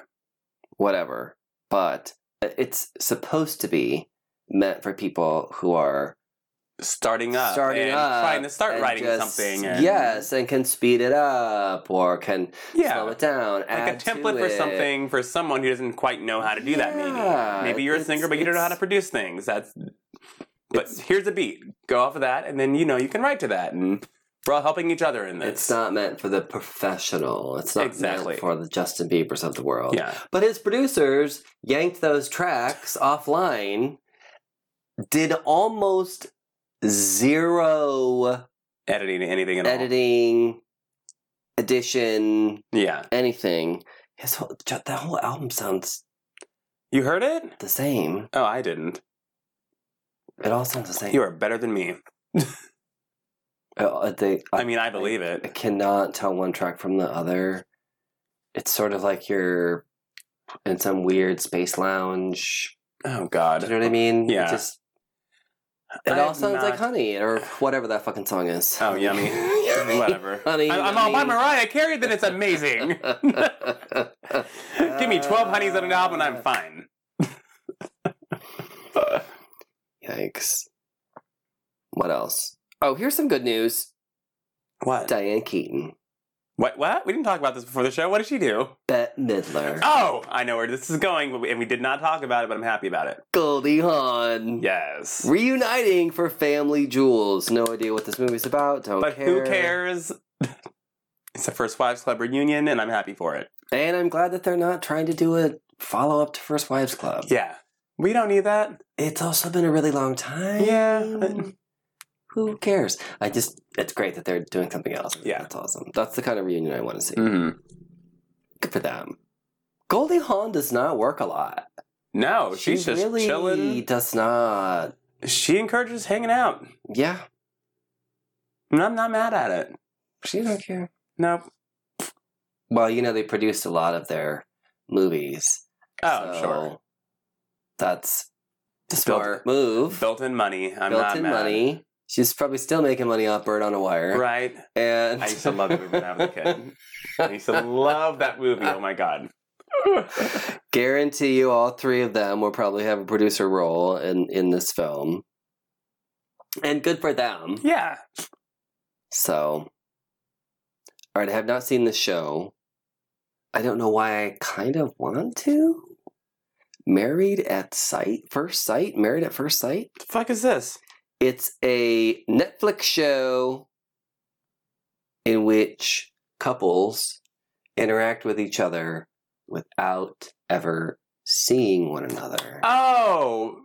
B: whatever. But it's supposed to be meant for people who are
A: starting up,
B: Starting
A: and
B: up
A: trying to start
B: and
A: writing
B: just-
A: something. And,
B: yes, and can speed it up or can slow
A: yeah,
B: it down.
A: like a
B: add to
A: template for
B: it.
A: something for someone who doesn't quite know how to do that.
B: Yeah,
A: Maybe maybe you're a
B: it's-
A: singer, but you don't know how to
B: it's-
A: produce things. That's but
B: It's-
A: here's a beat. Go off of that, and then you know you can write to that, and we're all helping each other in this.
B: It's not meant for the professional. It's not
A: Exactly.
B: meant for the Justin Bieber's of the world.
A: yeah,
B: But his producers yanked those tracks offline, did almost zero
A: editing anything at
B: editing, edition,
A: all. Yeah,
B: anything. His whole, ju- that whole album sounds
A: you heard it.
B: the same.
A: Oh, I didn't.
B: It all sounds the same.
A: You are better than me.
B: Uh, they,
A: I mean, I believe
B: I
A: it.
B: cannot tell one track from the other. It's sort of like you're in some weird space lounge.
A: Oh
B: Do
A: God.
B: you know what I mean?
A: Yeah.
B: It, just, it
A: I
B: all
A: am
B: sounds like
A: not-
B: honey or whatever that fucking song is.
A: Oh, yummy. Whatever.
B: Honey,
A: I- I'm all by
B: yummy.
A: Mariah Carey. Then it's amazing. Give me 12 honeys on an album and I'm fine.
B: Yikes. What else? Oh, here's some good news.
A: What?
B: Diane Keaton,
A: What? What? We didn't talk about this before the show. What did she do?
B: Bette Midler,
A: Oh, I know where this is going, but we, and we did not talk about it, but I'm happy about it.
B: Goldie Hawn.
A: Yes.
B: Reuniting for family jewels. No idea what this movie's about. Don't
A: But
B: care.
A: who cares? it's a First Wives Club reunion, and I'm happy for it.
B: And I'm glad that they're not trying to do a follow up to First Wives Club.
A: Yeah. We don't need that.
B: It's also been a really long time.
A: Yeah.
B: Who cares? I just, it's great that they're doing something else.
A: Yeah.
B: That's awesome. That's the kind of reunion I want to see.
A: Mm-hmm.
B: Good for them. Goldie Hawn does not work a lot.
A: No, Oh, she's
B: she
A: just
B: really
A: chilling.
B: does not.
A: She encourages hanging out,
B: Yeah.
A: and I'm not mad at it.
B: She doesn't care.
A: Nope.
B: Well, you know, they produced a lot of their movies.
A: Oh,
B: so
A: sure.
B: That's a
A: built-
B: smart move.
A: Built-in money. I'm not
B: Built in
A: mad.
B: money. She's probably still making money off Bird on a Wire.
A: Right.
B: And
A: I used to love it when I was a kid. I used to love that movie. Oh my god.
B: Guarantee you, all three of them will probably have a producer role in in this film, and good for them.
A: yeah.
B: So, all right, I have not seen the show. I don't know why I kind of want to. Married at Sight, First Sight, Married at First Sight.
A: The fuck is this?
B: It's a Netflix show in which couples interact with each other without ever seeing one another.
A: Oh,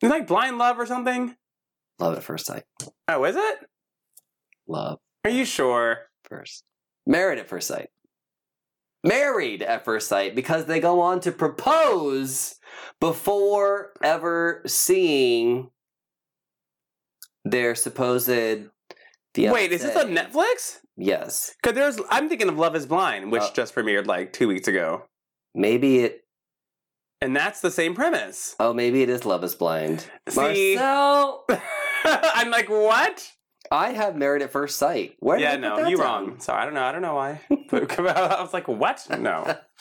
A: it's like blind love or something.
B: Love at first sight.
A: Oh, is it?
B: Love
A: Are you sure?
B: first. Married at first sight. Married at first sight because they go on to propose before ever seeing their supposed fiancé.
A: Wait, is this on Netflix?
B: Yes.
A: Because there's, I'm thinking of Love Is Blind, which
B: Uh.
A: just premiered like two weeks ago,
B: Maybe it
A: and that's the same premise.
B: Oh, maybe it is Love is Blind.
A: See,
B: Marcel,
A: I'm like, what?
B: I have Married at First Sight. Where did I
A: yeah,
B: put
A: no,
B: that
A: you
B: down?
A: wrong. Sorry, I don't know. I don't know why. But I was like, what? No,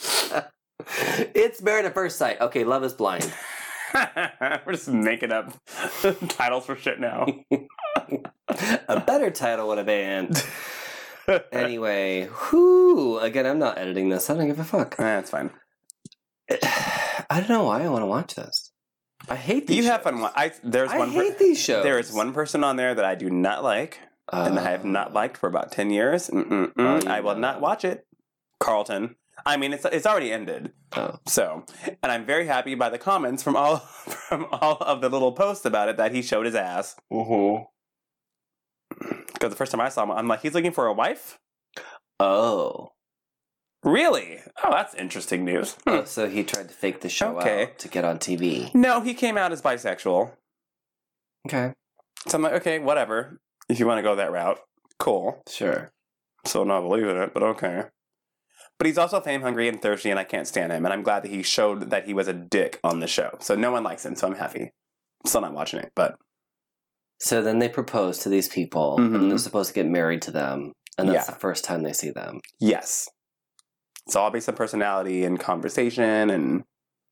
B: it's Married at First Sight. Okay, Love is Blind.
A: we're just making up titles for shit now.
B: a better title would have been. Anyway, whoo. Again, I'm not editing this. I don't give a fuck.
A: That's Eh, fine.
B: I don't know why I want to watch this. I hate these
A: You have
B: shows.
A: fun. wa- I there's
B: I
A: one. per-
B: hate these shows.
A: There is one person on there that I do not like, and I have not liked for about ten years. Mm-mm-mm.
B: Uh-huh. Oh, you
A: I will
B: know.
A: not watch it. Carlton. I mean, it's it's already ended.
B: Oh.
A: So, and I'm very happy by the comments from all from all of the little posts about it that he showed his ass.
B: Mhm.
A: Because the first time I saw him, I'm like, he's looking for a wife.
B: Oh.
A: Really? Oh, that's interesting news. Hmm.
B: Oh, so he tried to fake the show
A: Okay.
B: out to get on TV.
A: No, he came out as bisexual.
B: Okay.
A: So I'm like, okay, whatever. If you want to go that route, cool.
B: Sure.
A: still not believing it, but okay. But he's also fame hungry and thirsty, and I can't stand him. And I'm glad that he showed that he was a dick on the show. So no one likes him, so I'm happy. I'm still not watching it, but
B: So then they propose to these people,
A: Mhm.
B: and they're supposed to get married to them, and that's
A: Yeah.
B: the first time they see them.
A: yes. It's all based on personality and conversation, and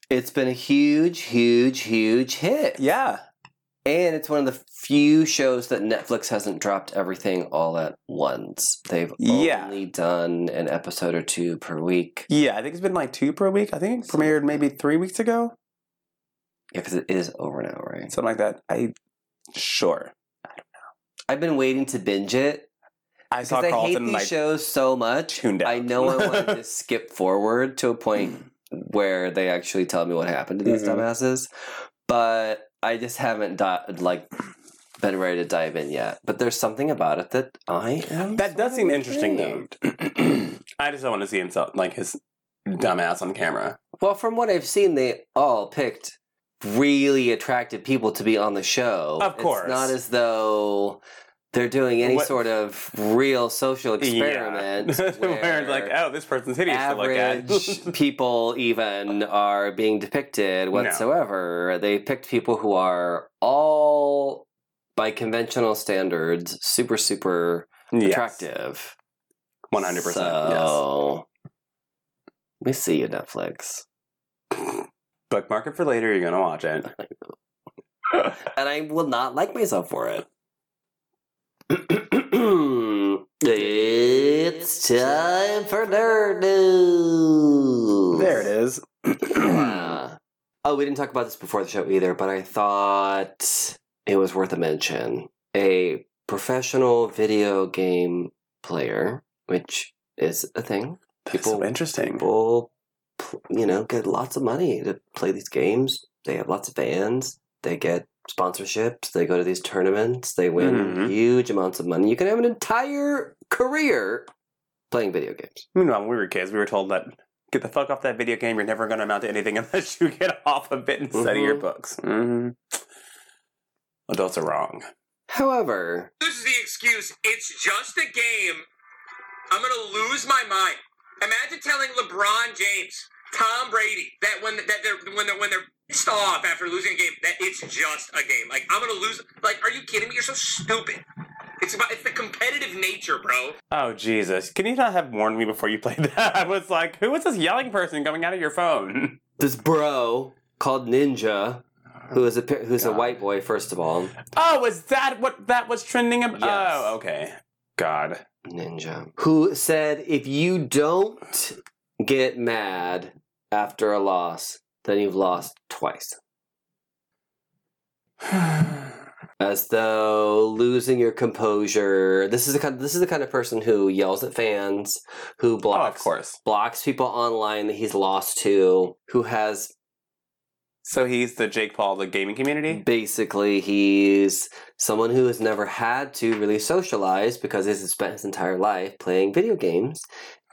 B: It's been a huge, huge, huge hit.
A: yeah,
B: And it's one of the few shows that Netflix hasn't dropped everything all at once. They've
A: Yeah.
B: only done an episode or two per week.
A: Yeah, I think it's been like two per week. I think it premiered maybe three weeks ago,
B: Yeah, because it is over now, right?
A: something like that. I sure.
B: I've been waiting to binge it.
A: I saw
B: Because I hate
A: Carlton
B: these
A: like
B: shows so much.
A: tuned out. Mm.
B: I know I want to skip forward to a point where they actually tell me what happened to these
A: Mhm.
B: dumbasses, but I just haven't di- like been ready to dive in yet. But there's something about it that I am.
A: that does seem interesting though.
B: intrigued.
A: I just don't want to see himself like his dumbass on camera.
B: Well, from what I've seen, they all picked really attractive people to be on the show.
A: Of course.
B: it's not as though. They're doing any
A: What-
B: sort of real social experiment
A: Yeah. where it's like,
B: where-
A: oh, this person's hideous to look
B: average
A: at.
B: people even are being depicted whatsoever. They picked people who are all by conventional standards super super attractive.
A: One hundred percent. Yes.
B: So we see you Netflix.
A: Bookmark it for later. You're gonna watch it.
B: And I will not like myself for it. it's time for nerd news.
A: There it is.
B: Yeah. oh, we didn't talk about this before the show either, but I thought it was worth a mention. A professional video game player, which is a thing.
A: That's so
B: People-
A: interesting.
B: People, pl- you know, get lots of money to play these games. They have lots of fans. They get sponsorships. They go to these tournaments. They win
A: Mhm.
B: huge amounts of money. You can have an entire career playing video games.
A: Meanwhile, when we were kids, we were told that get the fuck off that video game. You're never going to amount to anything unless you get off of it and study your
B: Mhm.
A: books. Mhm. Adults are wrong.
B: However,
D: This is the excuse. It's just a game. I'm gonna lose my mind. Imagine telling LeBron James, Tom Brady, that when that they're when they're when they're pissed off after losing a game, that it's just a game. Like I'm gonna lose. Like, are you kidding me? You're so stupid. It's about it's the competitive nature, bro.
A: Oh Jesus! Can you not have warned me before you played that? I was like, who is this yelling person coming out of your phone?
B: this bro called Ninja, who is a pi- who's a
A: God.
B: white boy first of all.
A: Oh, is that what that was trending? About?
B: Yes.
A: Oh, okay. God.
B: Ninja, who said, "If you don't get mad after a loss, then you've lost twice." As though losing your composure. This is the kind. This is the kind of person who yells at fans, who
A: Oh, of
B: blocks
A: course.
B: blocks people online that he's lost to, who has
A: So he's the Jake Paul of the gaming community.
B: Basically, he's someone who has never had to really socialize because he's spent his entire life playing video games.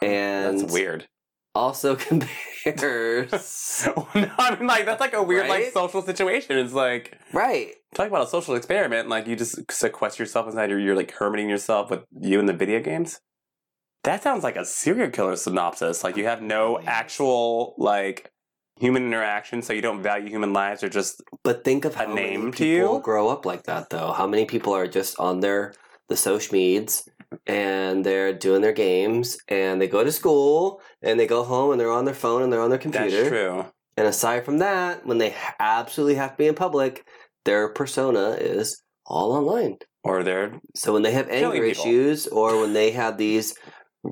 B: And
A: That's weird.
B: also compares.
A: No, I mean, like that's like a weird like
B: Right?
A: social situation. It's like
B: right.
A: Talk about a social experiment, like you just sequester yourself inside, you're, you're like hermiting yourself with you and the video games. That sounds like a serial killer synopsis. Like you have no actual like human interaction, so you don't value human lives or just
B: But think of how
A: name
B: many
A: to
B: people
A: you?
B: grow up like that, though. How many people are just on their the social meds and they're doing their games and they go to school and they go home and they're on their phone and they're on their computer.
A: that's true.
B: And aside from that, when they ha- absolutely have to be in public, their persona is all online.
A: Or they're
B: So when they have
A: Killing
B: anger
A: people.
B: issues or when they have these,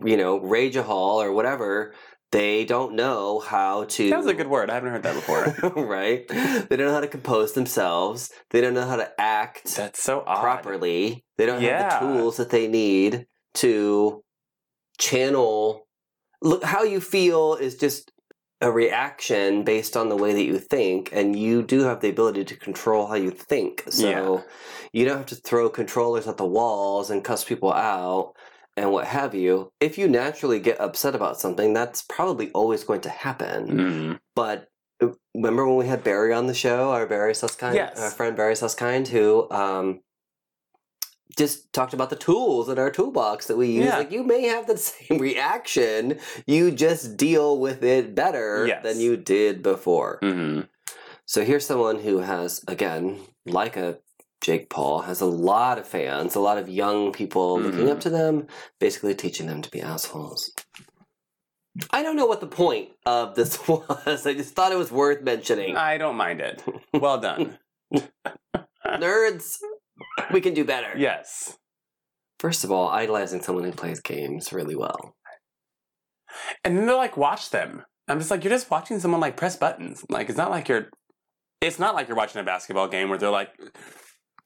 B: you know, rage hall or whatever, they don't know how to.
A: that was a good word. I haven't heard that before.
B: right? They don't know how to compose themselves. They don't know how to act
A: that's so odd.
B: properly. They don't
A: Yeah.
B: have the tools that they need to channel. Look, how you feel is just a reaction based on the way that you think, and you do have the ability to control how you think. So you don't have to throw controllers at the walls and cuss people out and what have you. If you naturally get upset about something, that's probably always going to happen.
A: Mm.
B: But uh, remember when we had Barry on the show, our Barry Susskind,
A: Yes.
B: our friend Barry Susskind, who um, just talked about the tools in our toolbox that we use.
A: Yeah.
B: Like you may have the same reaction, you just deal with it better
A: Yes.
B: than you did before.
A: Mhm.
B: So here's someone who has, again, like a Jake Paul, has a lot of fans, a lot of young people looking
A: Mhm.
B: up to them, basically teaching them to be assholes. I don't know what the point of this was. I just thought it was worth mentioning.
A: I don't mind it. Well done.
B: Nerds, we can do better.
A: yes.
B: First of all, idolizing someone who plays games really well.
A: And then they're like, watch them. I'm just like, you're just watching someone like press buttons. Like it's not like you're it's not like you're watching a basketball game where they're like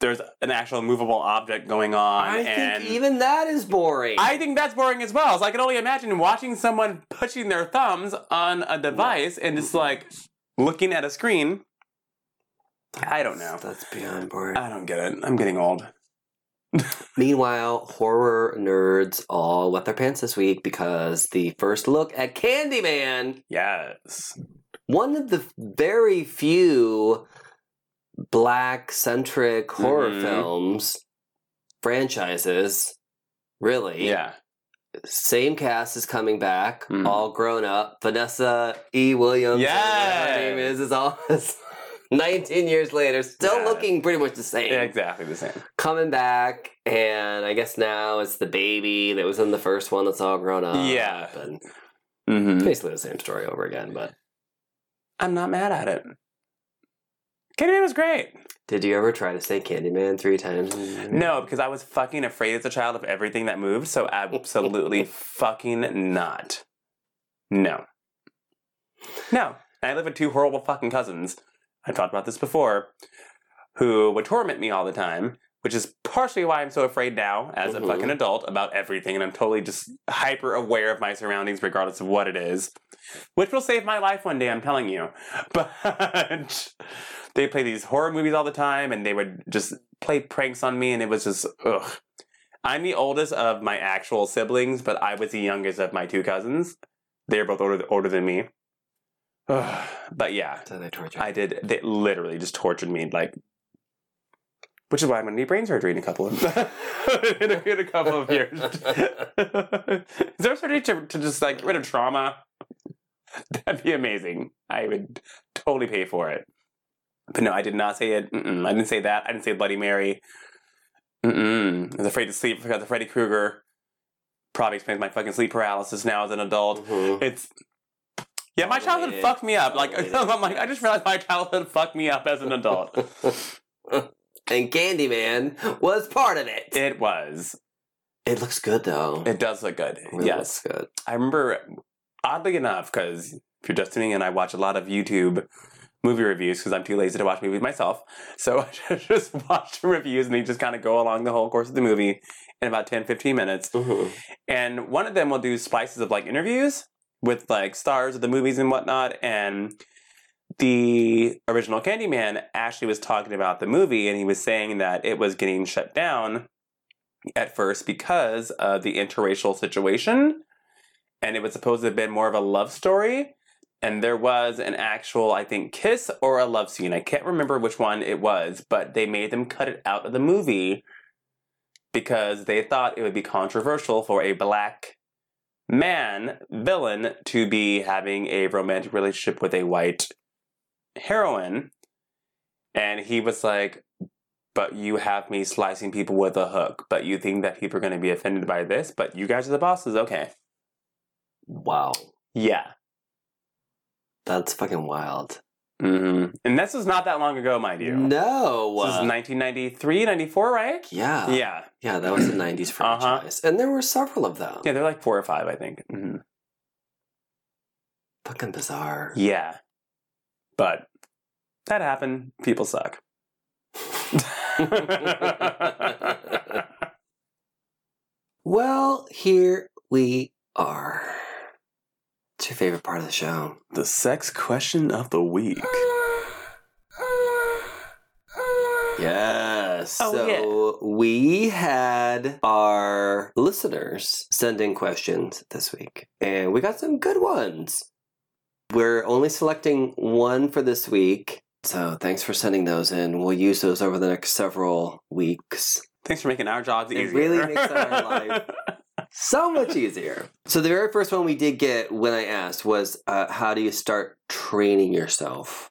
A: there's an actual movable object going on.
B: I
A: and
B: think even that is boring.
A: I think that's boring as well. So I can only imagine watching someone pushing their thumbs on a device and just like looking at a screen. I don't know.
B: That's beyond boring.
A: I don't get it. I'm getting old.
B: Meanwhile, horror nerds all wet their pants this week because the first look at Candyman,
A: Yes.
B: one of the very few black centric horror
A: Mhm.
B: films franchises, really.
A: Yeah.
B: Same cast is coming back,
A: Mhm.
B: all grown up. Vanessa E. Williams, or whatever her name
A: Yes.
B: is, is all. 19 years later, still
A: Yes.
B: looking pretty much the same
A: Exactly the same.
B: coming back, and I guess now it's the baby that was in the first one that's all grown up.
A: Yeah.
B: and
A: Mm-hmm.
B: basically the same story over again. But
A: I'm not mad at it. Candyman was great.
B: did you ever try to say Candyman three times? No.
A: No, because I was fucking afraid as a child of everything that moved, so absolutely fucking not. No. No. I live with two horrible fucking cousins. I talked about this before, who would torment me all the time, which is partially why I'm so afraid now as
B: Mhm.
A: a fucking adult about everything, and I'm totally just hyper aware of my surroundings regardless of what it is. Which will save my life one day, I'm telling you. But they play these horror movies all the time and they would just play pranks on me and it was just ugh. I'm the oldest of my actual siblings, but I was the youngest of my two cousins. They're both older, older than me. Ugh. But yeah,
B: So they torture.
A: I did. They literally just tortured me, like, which is why I'm gonna need brain surgery in a couple of in, a, in a couple of years. is there surgery to, to just like get rid of trauma? That'd be amazing. I would totally pay for it. But no, I did not say it. Mm-mm. I didn't say that. I didn't say Bloody Mary. Mm-mm. I was afraid to sleep. I forgot the Freddy Krueger. Probably explains my fucking sleep paralysis now as an adult.
B: Mhm.
A: It's yeah, my childhood
B: Related.
A: fucked me up. Like
B: Related.
A: I'm like, I just realized my childhood fucked me up as an adult.
B: and Candyman was part of it. it.
A: it was.
B: looks good though.
A: It does look good.
B: It
A: yes,
B: looks good.
A: I remember. Oddly enough, because if you're just tuning in, I watch a lot of YouTube movie reviews because I'm too lazy to watch movies myself. So I just watch the reviews and they just kind of go along the whole course of the movie in about 10, 15 minutes.
B: Mhm.
A: and one of them will do splices of like interviews with like stars of the movies and whatnot and the original candyman ashley was talking about the movie and he was saying that it was getting shut down at first because of the interracial situation and it was supposed to have been more of a love story and there was an actual i think kiss or a love scene i can't remember which one it was but they made them cut it out of the movie because they thought it would be controversial for a black man villain to be having a romantic relationship with a white heroine and he was like but you have me slicing people with a hook but you think that people are going to be offended by this but you guys are the bosses okay
B: Wow,
A: yeah
B: that's fucking wild.
A: hmm and this was not that long ago mind you
B: No, uh,
A: this is 1993 94 right
B: yeah, yeah,
A: yeah
B: That was the '90s
A: Uh-huh.
B: franchise, and there were several of them.
A: yeah they're like four or five i think hmm
B: Fucking bizarre.
A: Yeah. But that happened. People suck.
B: Well, here we are. What's your favorite part of the show?
A: the sex question of the week.
B: Yes.
A: Oh,
B: so we had our listeners send in questions this week, and we got some good ones. We're only selecting one for this week. So thanks for sending those in. We'll use those over the next several weeks.
A: Thanks for making our jobs
B: It
A: easier.
B: really makes our life so much easier. So the very first one we did get when I asked was, uh, "How do you start training yourself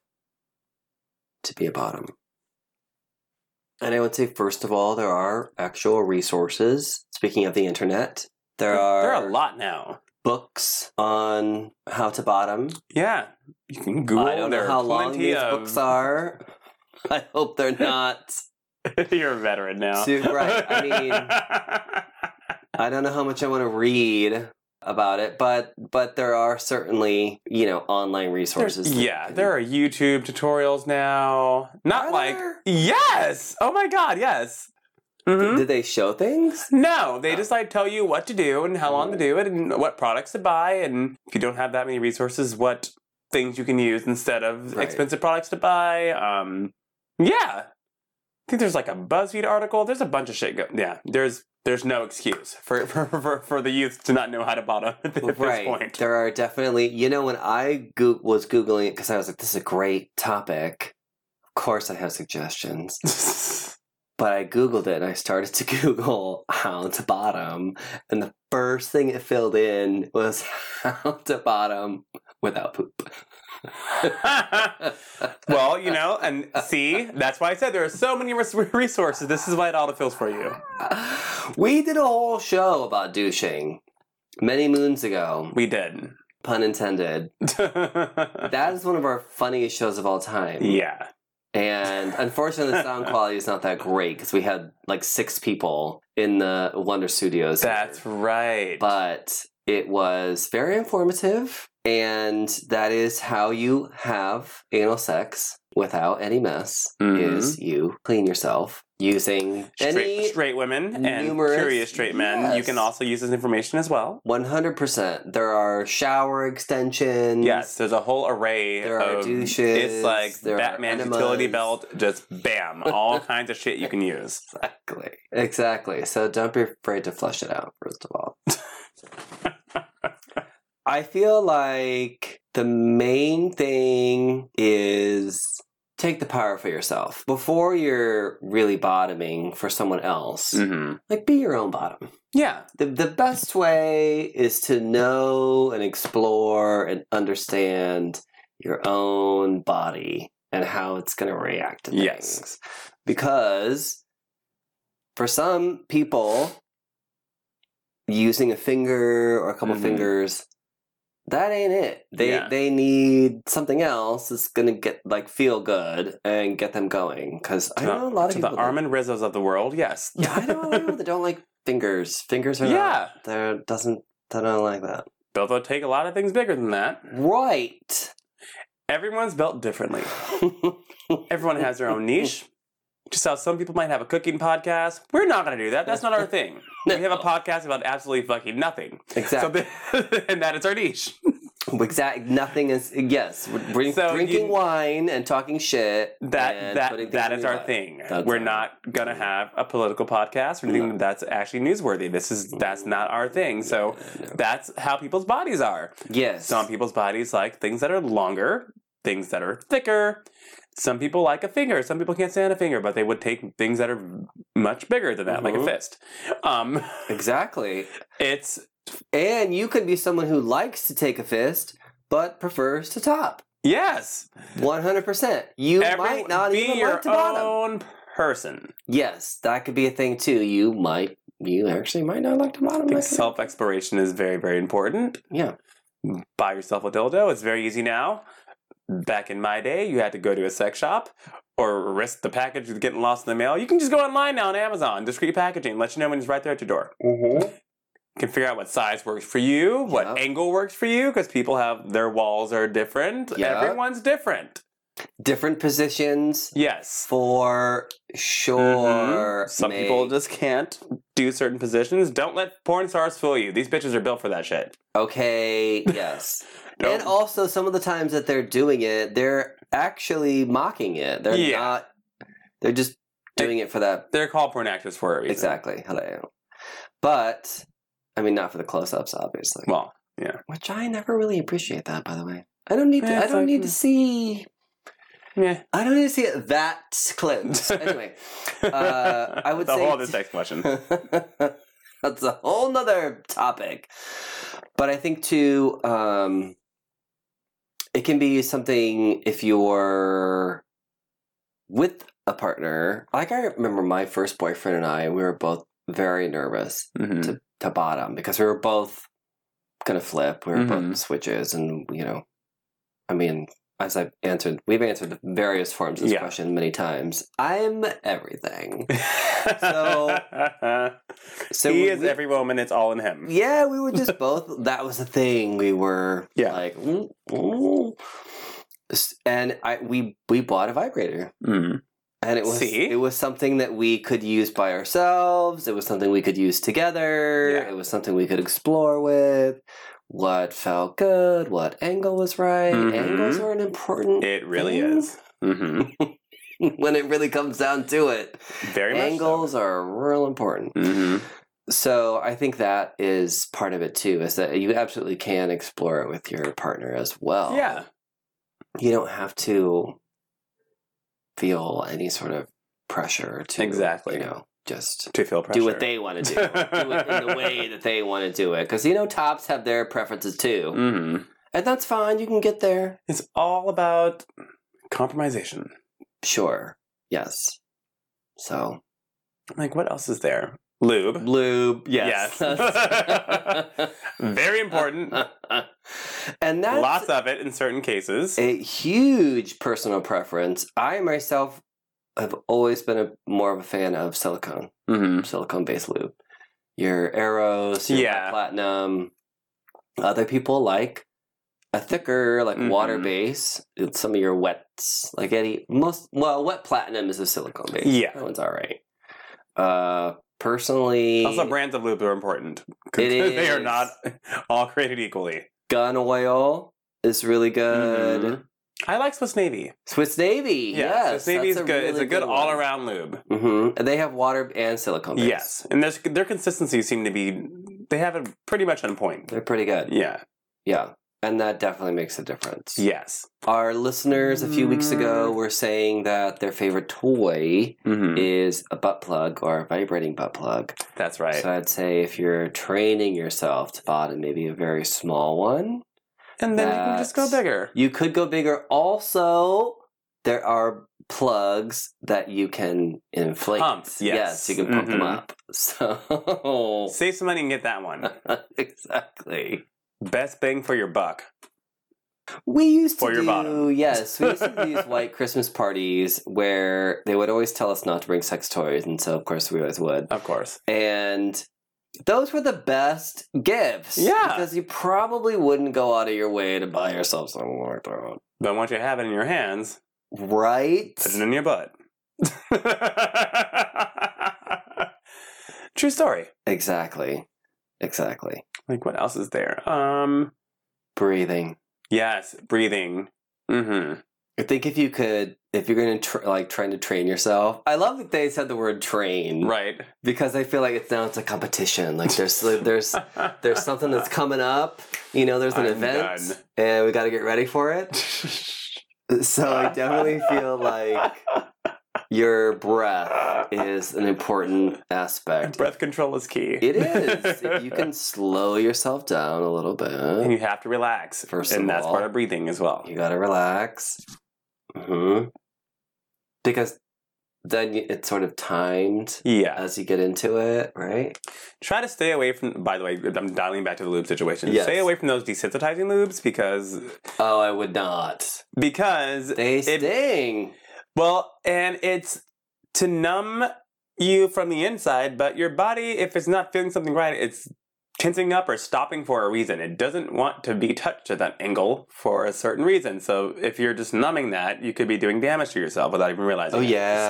B: to be a bottom?" And I would say, first of all, there are actual resources. Speaking of the internet, there are
A: There are a lot now.
B: books on how to bottom.
A: Yeah. You can Google.
B: I don't
A: there
B: know
A: are
B: how long
A: plenty
B: these
A: of-
B: books are. I hope they're not
A: You're a veteran now.
B: So, right, I I don't know how much I want to read about it, but but there are certainly you know online resources. that
A: yeah,
B: can-
A: there are YouTube tutorials now. Not
B: Are
A: like
B: there?
A: yes. Oh my god, yes. Mhm.
B: Did they show things?
A: No, they just like tell you what to do and how long to do it and what products to buy and if you don't have that many resources, what things you can use instead of
B: Right.
A: expensive products to buy. Um, yeah, I think there's like a BuzzFeed article. There's a bunch of shit. Go- yeah, there's there's no excuse for for, for for the youth to not know how to bottom at this point.
B: There are definitely, you know, when I go- was Googling it because I was like, this is a great topic. Of course, I have suggestions. But I Googled it and I started to Google how to bottom. And the first thing it filled in was how to bottom without poop.
A: well, you know, and see, that's why I said there are so many res- resources. This is why it autofills for you.
B: we did a whole show about douching many moons ago,
A: We did.
B: pun intended. That is one of our funniest shows of all time.
A: yeah.
B: And unfortunately, the sound quality is not that great because we had like six people in the Wonder Studios.
A: That's right.
B: But it was very informative, and that is how you have anal sex without any mess.
A: Mhm.
B: Is you clean yourself using
A: straight,
B: any
A: straight women and
B: numerous-
A: curious straight men. You
B: yes.
A: can also use this information as well.
B: one hundred percent. There are shower extensions.
A: Yes, there's a whole array
B: Mm. There are
A: of
B: douches,
A: It's like
B: there are
A: Batman's
B: enemas.
A: utility belt, just bam, all kinds of shit you can use.
B: exactly, exactly. So don't be afraid to flush it out. First of all, I feel like the main thing is take the power for yourself before you're really bottoming for someone else.
A: hmm
B: Like be your own bottom.
A: Yeah.
B: The the best way is to know and explore and understand your own body and how it's going to react to things.
A: Yes.
B: Because for some people using a finger or a couple
A: Mhm.
B: fingers that ain't it. They
A: Yeah.
B: they need something else that's going to get like feel good and get them going cuz I know a lot of
A: to
B: people
A: the
B: that-
A: Armin Rizzos of the world, yes.
B: yeah, I know a lot of people that don't like fingers. Fingers are not-
A: yeah.
B: there doesn't I don't like that.
A: Built will take a lot of things bigger than that.
B: Right.
A: Everyone's built differently. Everyone has their own niche. Just how some people might have a cooking podcast. We're not going to do that. That's not our thing. We have a podcast about absolutely fucking nothing. So,
B: exactly.
A: and that is our niche.
B: exactly. Nothing is yes. we're Drink,
A: So
B: drinking
A: you-
B: wine and talking shit.
A: That
B: and putting
A: that
B: things
A: that
B: in
A: is
B: your
A: our
B: butt.
A: thing.
B: That's
A: We're
B: our-
A: not gonna have a political podcast or anything
B: No.
A: that's actually newsworthy. This is that's not our thing. So
B: No.
A: that's how people's bodies are.
B: Yes.
A: Some people's bodies like things that are longer, things that are thicker. Some people like a finger. Some people can't stand a finger, but they would take things that are much bigger than that, like a
B: Mhm.
A: fist. Um,
B: Exactly.
A: it's
B: And you could be someone who likes to take a fist but prefers to top.
A: yes,
B: 100%. You
A: Every-
B: might not
A: be
B: even
A: your
B: like to bottom.
A: own person.
B: Yes, that could be a thing too. You might you actually might not like to bottom.
A: I think
B: like that.
A: self exploration is very very important.
B: Yeah.
A: buy yourself a dildo. It's very easy now. Back in my day, you had to go to a sex shop or risk the package getting lost in the mail. You can just go online now on Amazon, discreet packaging, let you know when it's right there at your door.
B: Mm-hmm.
A: You can figure out what size works for you, what
B: Yep.
A: angle works for you, because people have their walls are different.
B: Yeah.
A: Everyone's different.
B: Different positions
A: Yes.
B: for sure.
A: Mhm. Mm-hmm. Some
B: mate.
A: people just can't do certain positions. Don't let porn stars fool you. These bitches are built for that shit.
B: Okay, yes.
A: Don't-
B: And also, some of the times that they're doing it, they're actually mocking it. They're
A: Yeah.
B: not. They're just doing it for that.
A: They're called porn actors for a reason.
B: Exactly. Hello. But, I mean, not for the close ups, obviously.
A: Well,
B: Which I never really appreciate that, by the way. I don't need to.
A: Yeah,
B: I
A: it's
B: don't
A: like- mm.
B: need to see.
A: yeah.
B: I don't need to see it that close. anyway, Uh, I would
A: the
B: say-
A: whole other sex question.
B: That's a whole nother topic. But I think too, um, it can be something if you're with a partner. Like I remember my first boyfriend and I, we were both very nervous
A: Mhm.
B: to bottom because we were both gonna flip. We were
A: Mhm.
B: both switches, and you know, I mean, as I've answered, we've answered various forms of this
A: Yeah.
B: question many times. I'm everything.
A: So,
B: So
A: he
B: we-
A: is every woman. It's all in him.
B: Yeah, we were just both. That was the thing. We were
A: Yeah.
B: like, mm, mm. S- and I we we bought a vibrator,
A: Mm.
B: and it was
A: See?
B: it was something that we could use by ourselves. It was something we could use together.
A: Yeah.
B: It was something we could explore with. What felt good? What angle was right?
A: Mhm.
B: Angles are an important
A: It really
B: thing
A: is. hmm
B: when it really comes down to it.
A: Very
B: Angles are real important.
A: much. So. hmm
B: So I think that is part of it too, is that you absolutely can explore it with your partner as well.
A: Yeah.
B: You don't have to feel any sort of pressure to
A: Exactly.
B: you know, just
A: To feel pressure.
B: do what they want to do. do it in the way that they want to do it. Because you know tops have their preferences too.
A: hmm
B: And that's fine, you can get there.
A: It's all about compromisation.
B: Sure. Yes. So
A: Like, what else is there? Lube.
B: lube, yes.
A: Yes. Very important.
B: and Uh, that's
A: Lots of it in certain cases.
B: a huge personal preference. I myself have always been a more of a fan of silicone,
A: Mm-hmm.
B: silicone based lube. Your arrows, your
A: Yeah.
B: platinum. Other people like a thicker, like
A: Mhm.
B: water base. It's Some of your wets, like any most well, wet platinum is a silicone base.
A: Yeah.
B: that one's all right. Uh, personally,
A: Also, brands of lube are important. 'cause
B: It
A: they are
B: is.
A: not all created equally.
B: gun oil is really good.
A: Mhm. I like Swiss Navy.
B: Swiss Navy,
A: Yeah,
B: yes,
A: Swiss Navy is
B: that's
A: good. it's a
B: really
A: good,
B: one.
A: all around lube.
B: hmm And they have water and silicone base.
A: Mm-hmm. Yes. And there's, their consistency seem to be, they have it pretty much on point.
B: They're pretty good.
A: Yeah.
B: Yeah. And that definitely makes a difference.
A: Yes.
B: Our listeners a few weeks ago
A: Mm.
B: were saying that their favorite toy
A: hmm
B: is a butt plug or a vibrating butt plug.
A: That's right.
B: So I'd say if you're training yourself to bot in maybe a very small one,
A: and then you can just go
B: that's-
A: bigger.
B: you could go bigger. Also, there are plugs that you can inflate.
A: Pumps, yes.
B: you can pump them
A: Mhm.
B: up. So
A: Save some money and get that
B: Uh.
A: one.
B: exactly.
A: Best bang for your buck.
B: We used to
A: For your
B: do,
A: bottom.
B: yes, we used to do these white Christmas parties where they would always tell us not to bring sex toys, and so of course we always would.
A: Of course.
B: And those were the best gifts,
A: Yeah.
B: because you probably wouldn't go out of your way to buy yourself something like that,
A: But once you have it in your hands,
B: right?
A: put it in your butt. True story.
B: Exactly, exactly.
A: Like what else is there? Um
B: Breathing.
A: yes, breathing. Mm-hmm.
B: I think if you could, if you're going to tr- like trying to train yourself, I love that they said the word train,
A: Right.
B: Because I feel like it's now it's a competition. Like there's there's there's something that's coming up. You know, there's an
A: I'm
B: event,
A: done.
B: and we got to get ready for it. So I definitely feel like your breath is an important aspect.
A: breath control is key.
B: It is. If you can slow yourself down a little
A: and
B: bit,
A: you have to relax.
B: First
A: and
B: of
A: that's
B: all.
A: part of breathing as well.
B: you got to relax. hmm Because then you- it's sort of timed
A: Yeah.
B: as you get into it, right?
A: Try to stay away from. By the way, I'm dialing back to the lube situation.
B: Yes.
A: Stay away from those desensitizing lubes because
B: Oh, I would not.
A: because
B: They
A: It-
B: sting.
A: well, and it's to numb you from the inside, but your body, if it's not feeling something right, it's tensing up or stopping for a reason. It doesn't want to be touched at that angle for a certain reason. So if you're just numbing that, you could be doing damage to yourself without even realizing.
B: Oh
A: it.
B: yeah.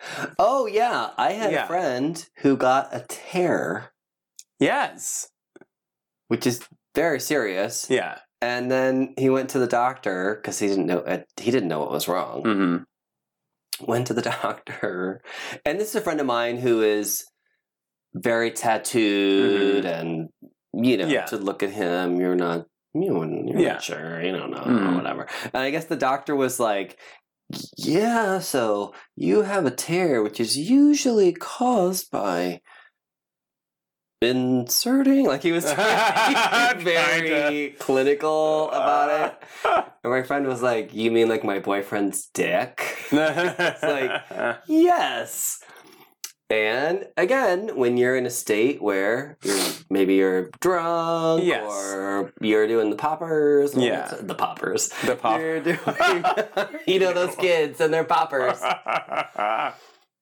A: So-
B: Oh yeah. I had
A: Yeah.
B: a friend who got a tear,
A: yes.
B: which is very serious.
A: Yeah.
B: And then he went to the doctor because he didn't know uh, he didn't know what was wrong.
A: Mm-hmm.
B: Went to the doctor, and this is a friend of mine who is very tattooed, and you know,
A: Mm-hmm. Yeah.
B: to look at him, you're not you wouldn't- you're
A: Yeah.
B: not sure, you don't know,
A: Mhm.
B: whatever. And I guess the doctor was like. Yeah, so you have a tear, which is usually caused by inserting. Like he was very
A: Kinda. Uh.
B: clinical about it. And my friend was like, You mean like my boyfriend's dick?
A: it's
B: like- Yes. And again, when you're in a state where you're, maybe you're drunk
A: Yes.
B: or you're doing the poppers, and all
A: Yeah.
B: that- the poppers.
A: The pop.
B: You're doing, you know, those kids and their poppers.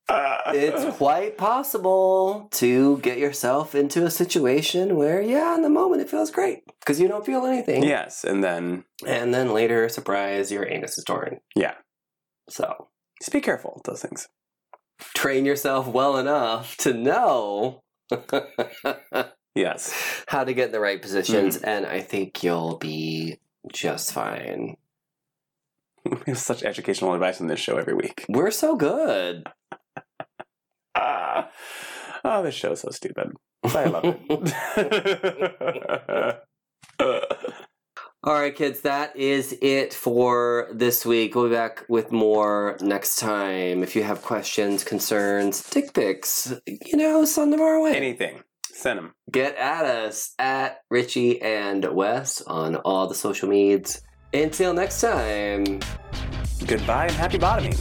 B: It's quite possible to get yourself into a situation where, yeah, in the moment it feels great because you don't feel anything.
A: yes, and then
B: And then later, surprise, your anus is torn.
A: Yeah.
B: So
A: just be careful with those things.
B: train yourself well enough to know
A: Yes.
B: how to get in the right positions,
A: Mm-hmm.
B: and I think you'll be just fine.
A: We have such educational advice on this show every week.
B: We're so good.
A: Ah, oh, this show's so stupid. But I love it.
B: All right, kids, that is it for this week. We'll be back with more next time. If you have questions, concerns, dick pics, you know, send them our way.
A: Anything. Send them.
B: Get at us at Richie and Wes on all the social medias. Until next time.
A: Goodbye and happy bottoming.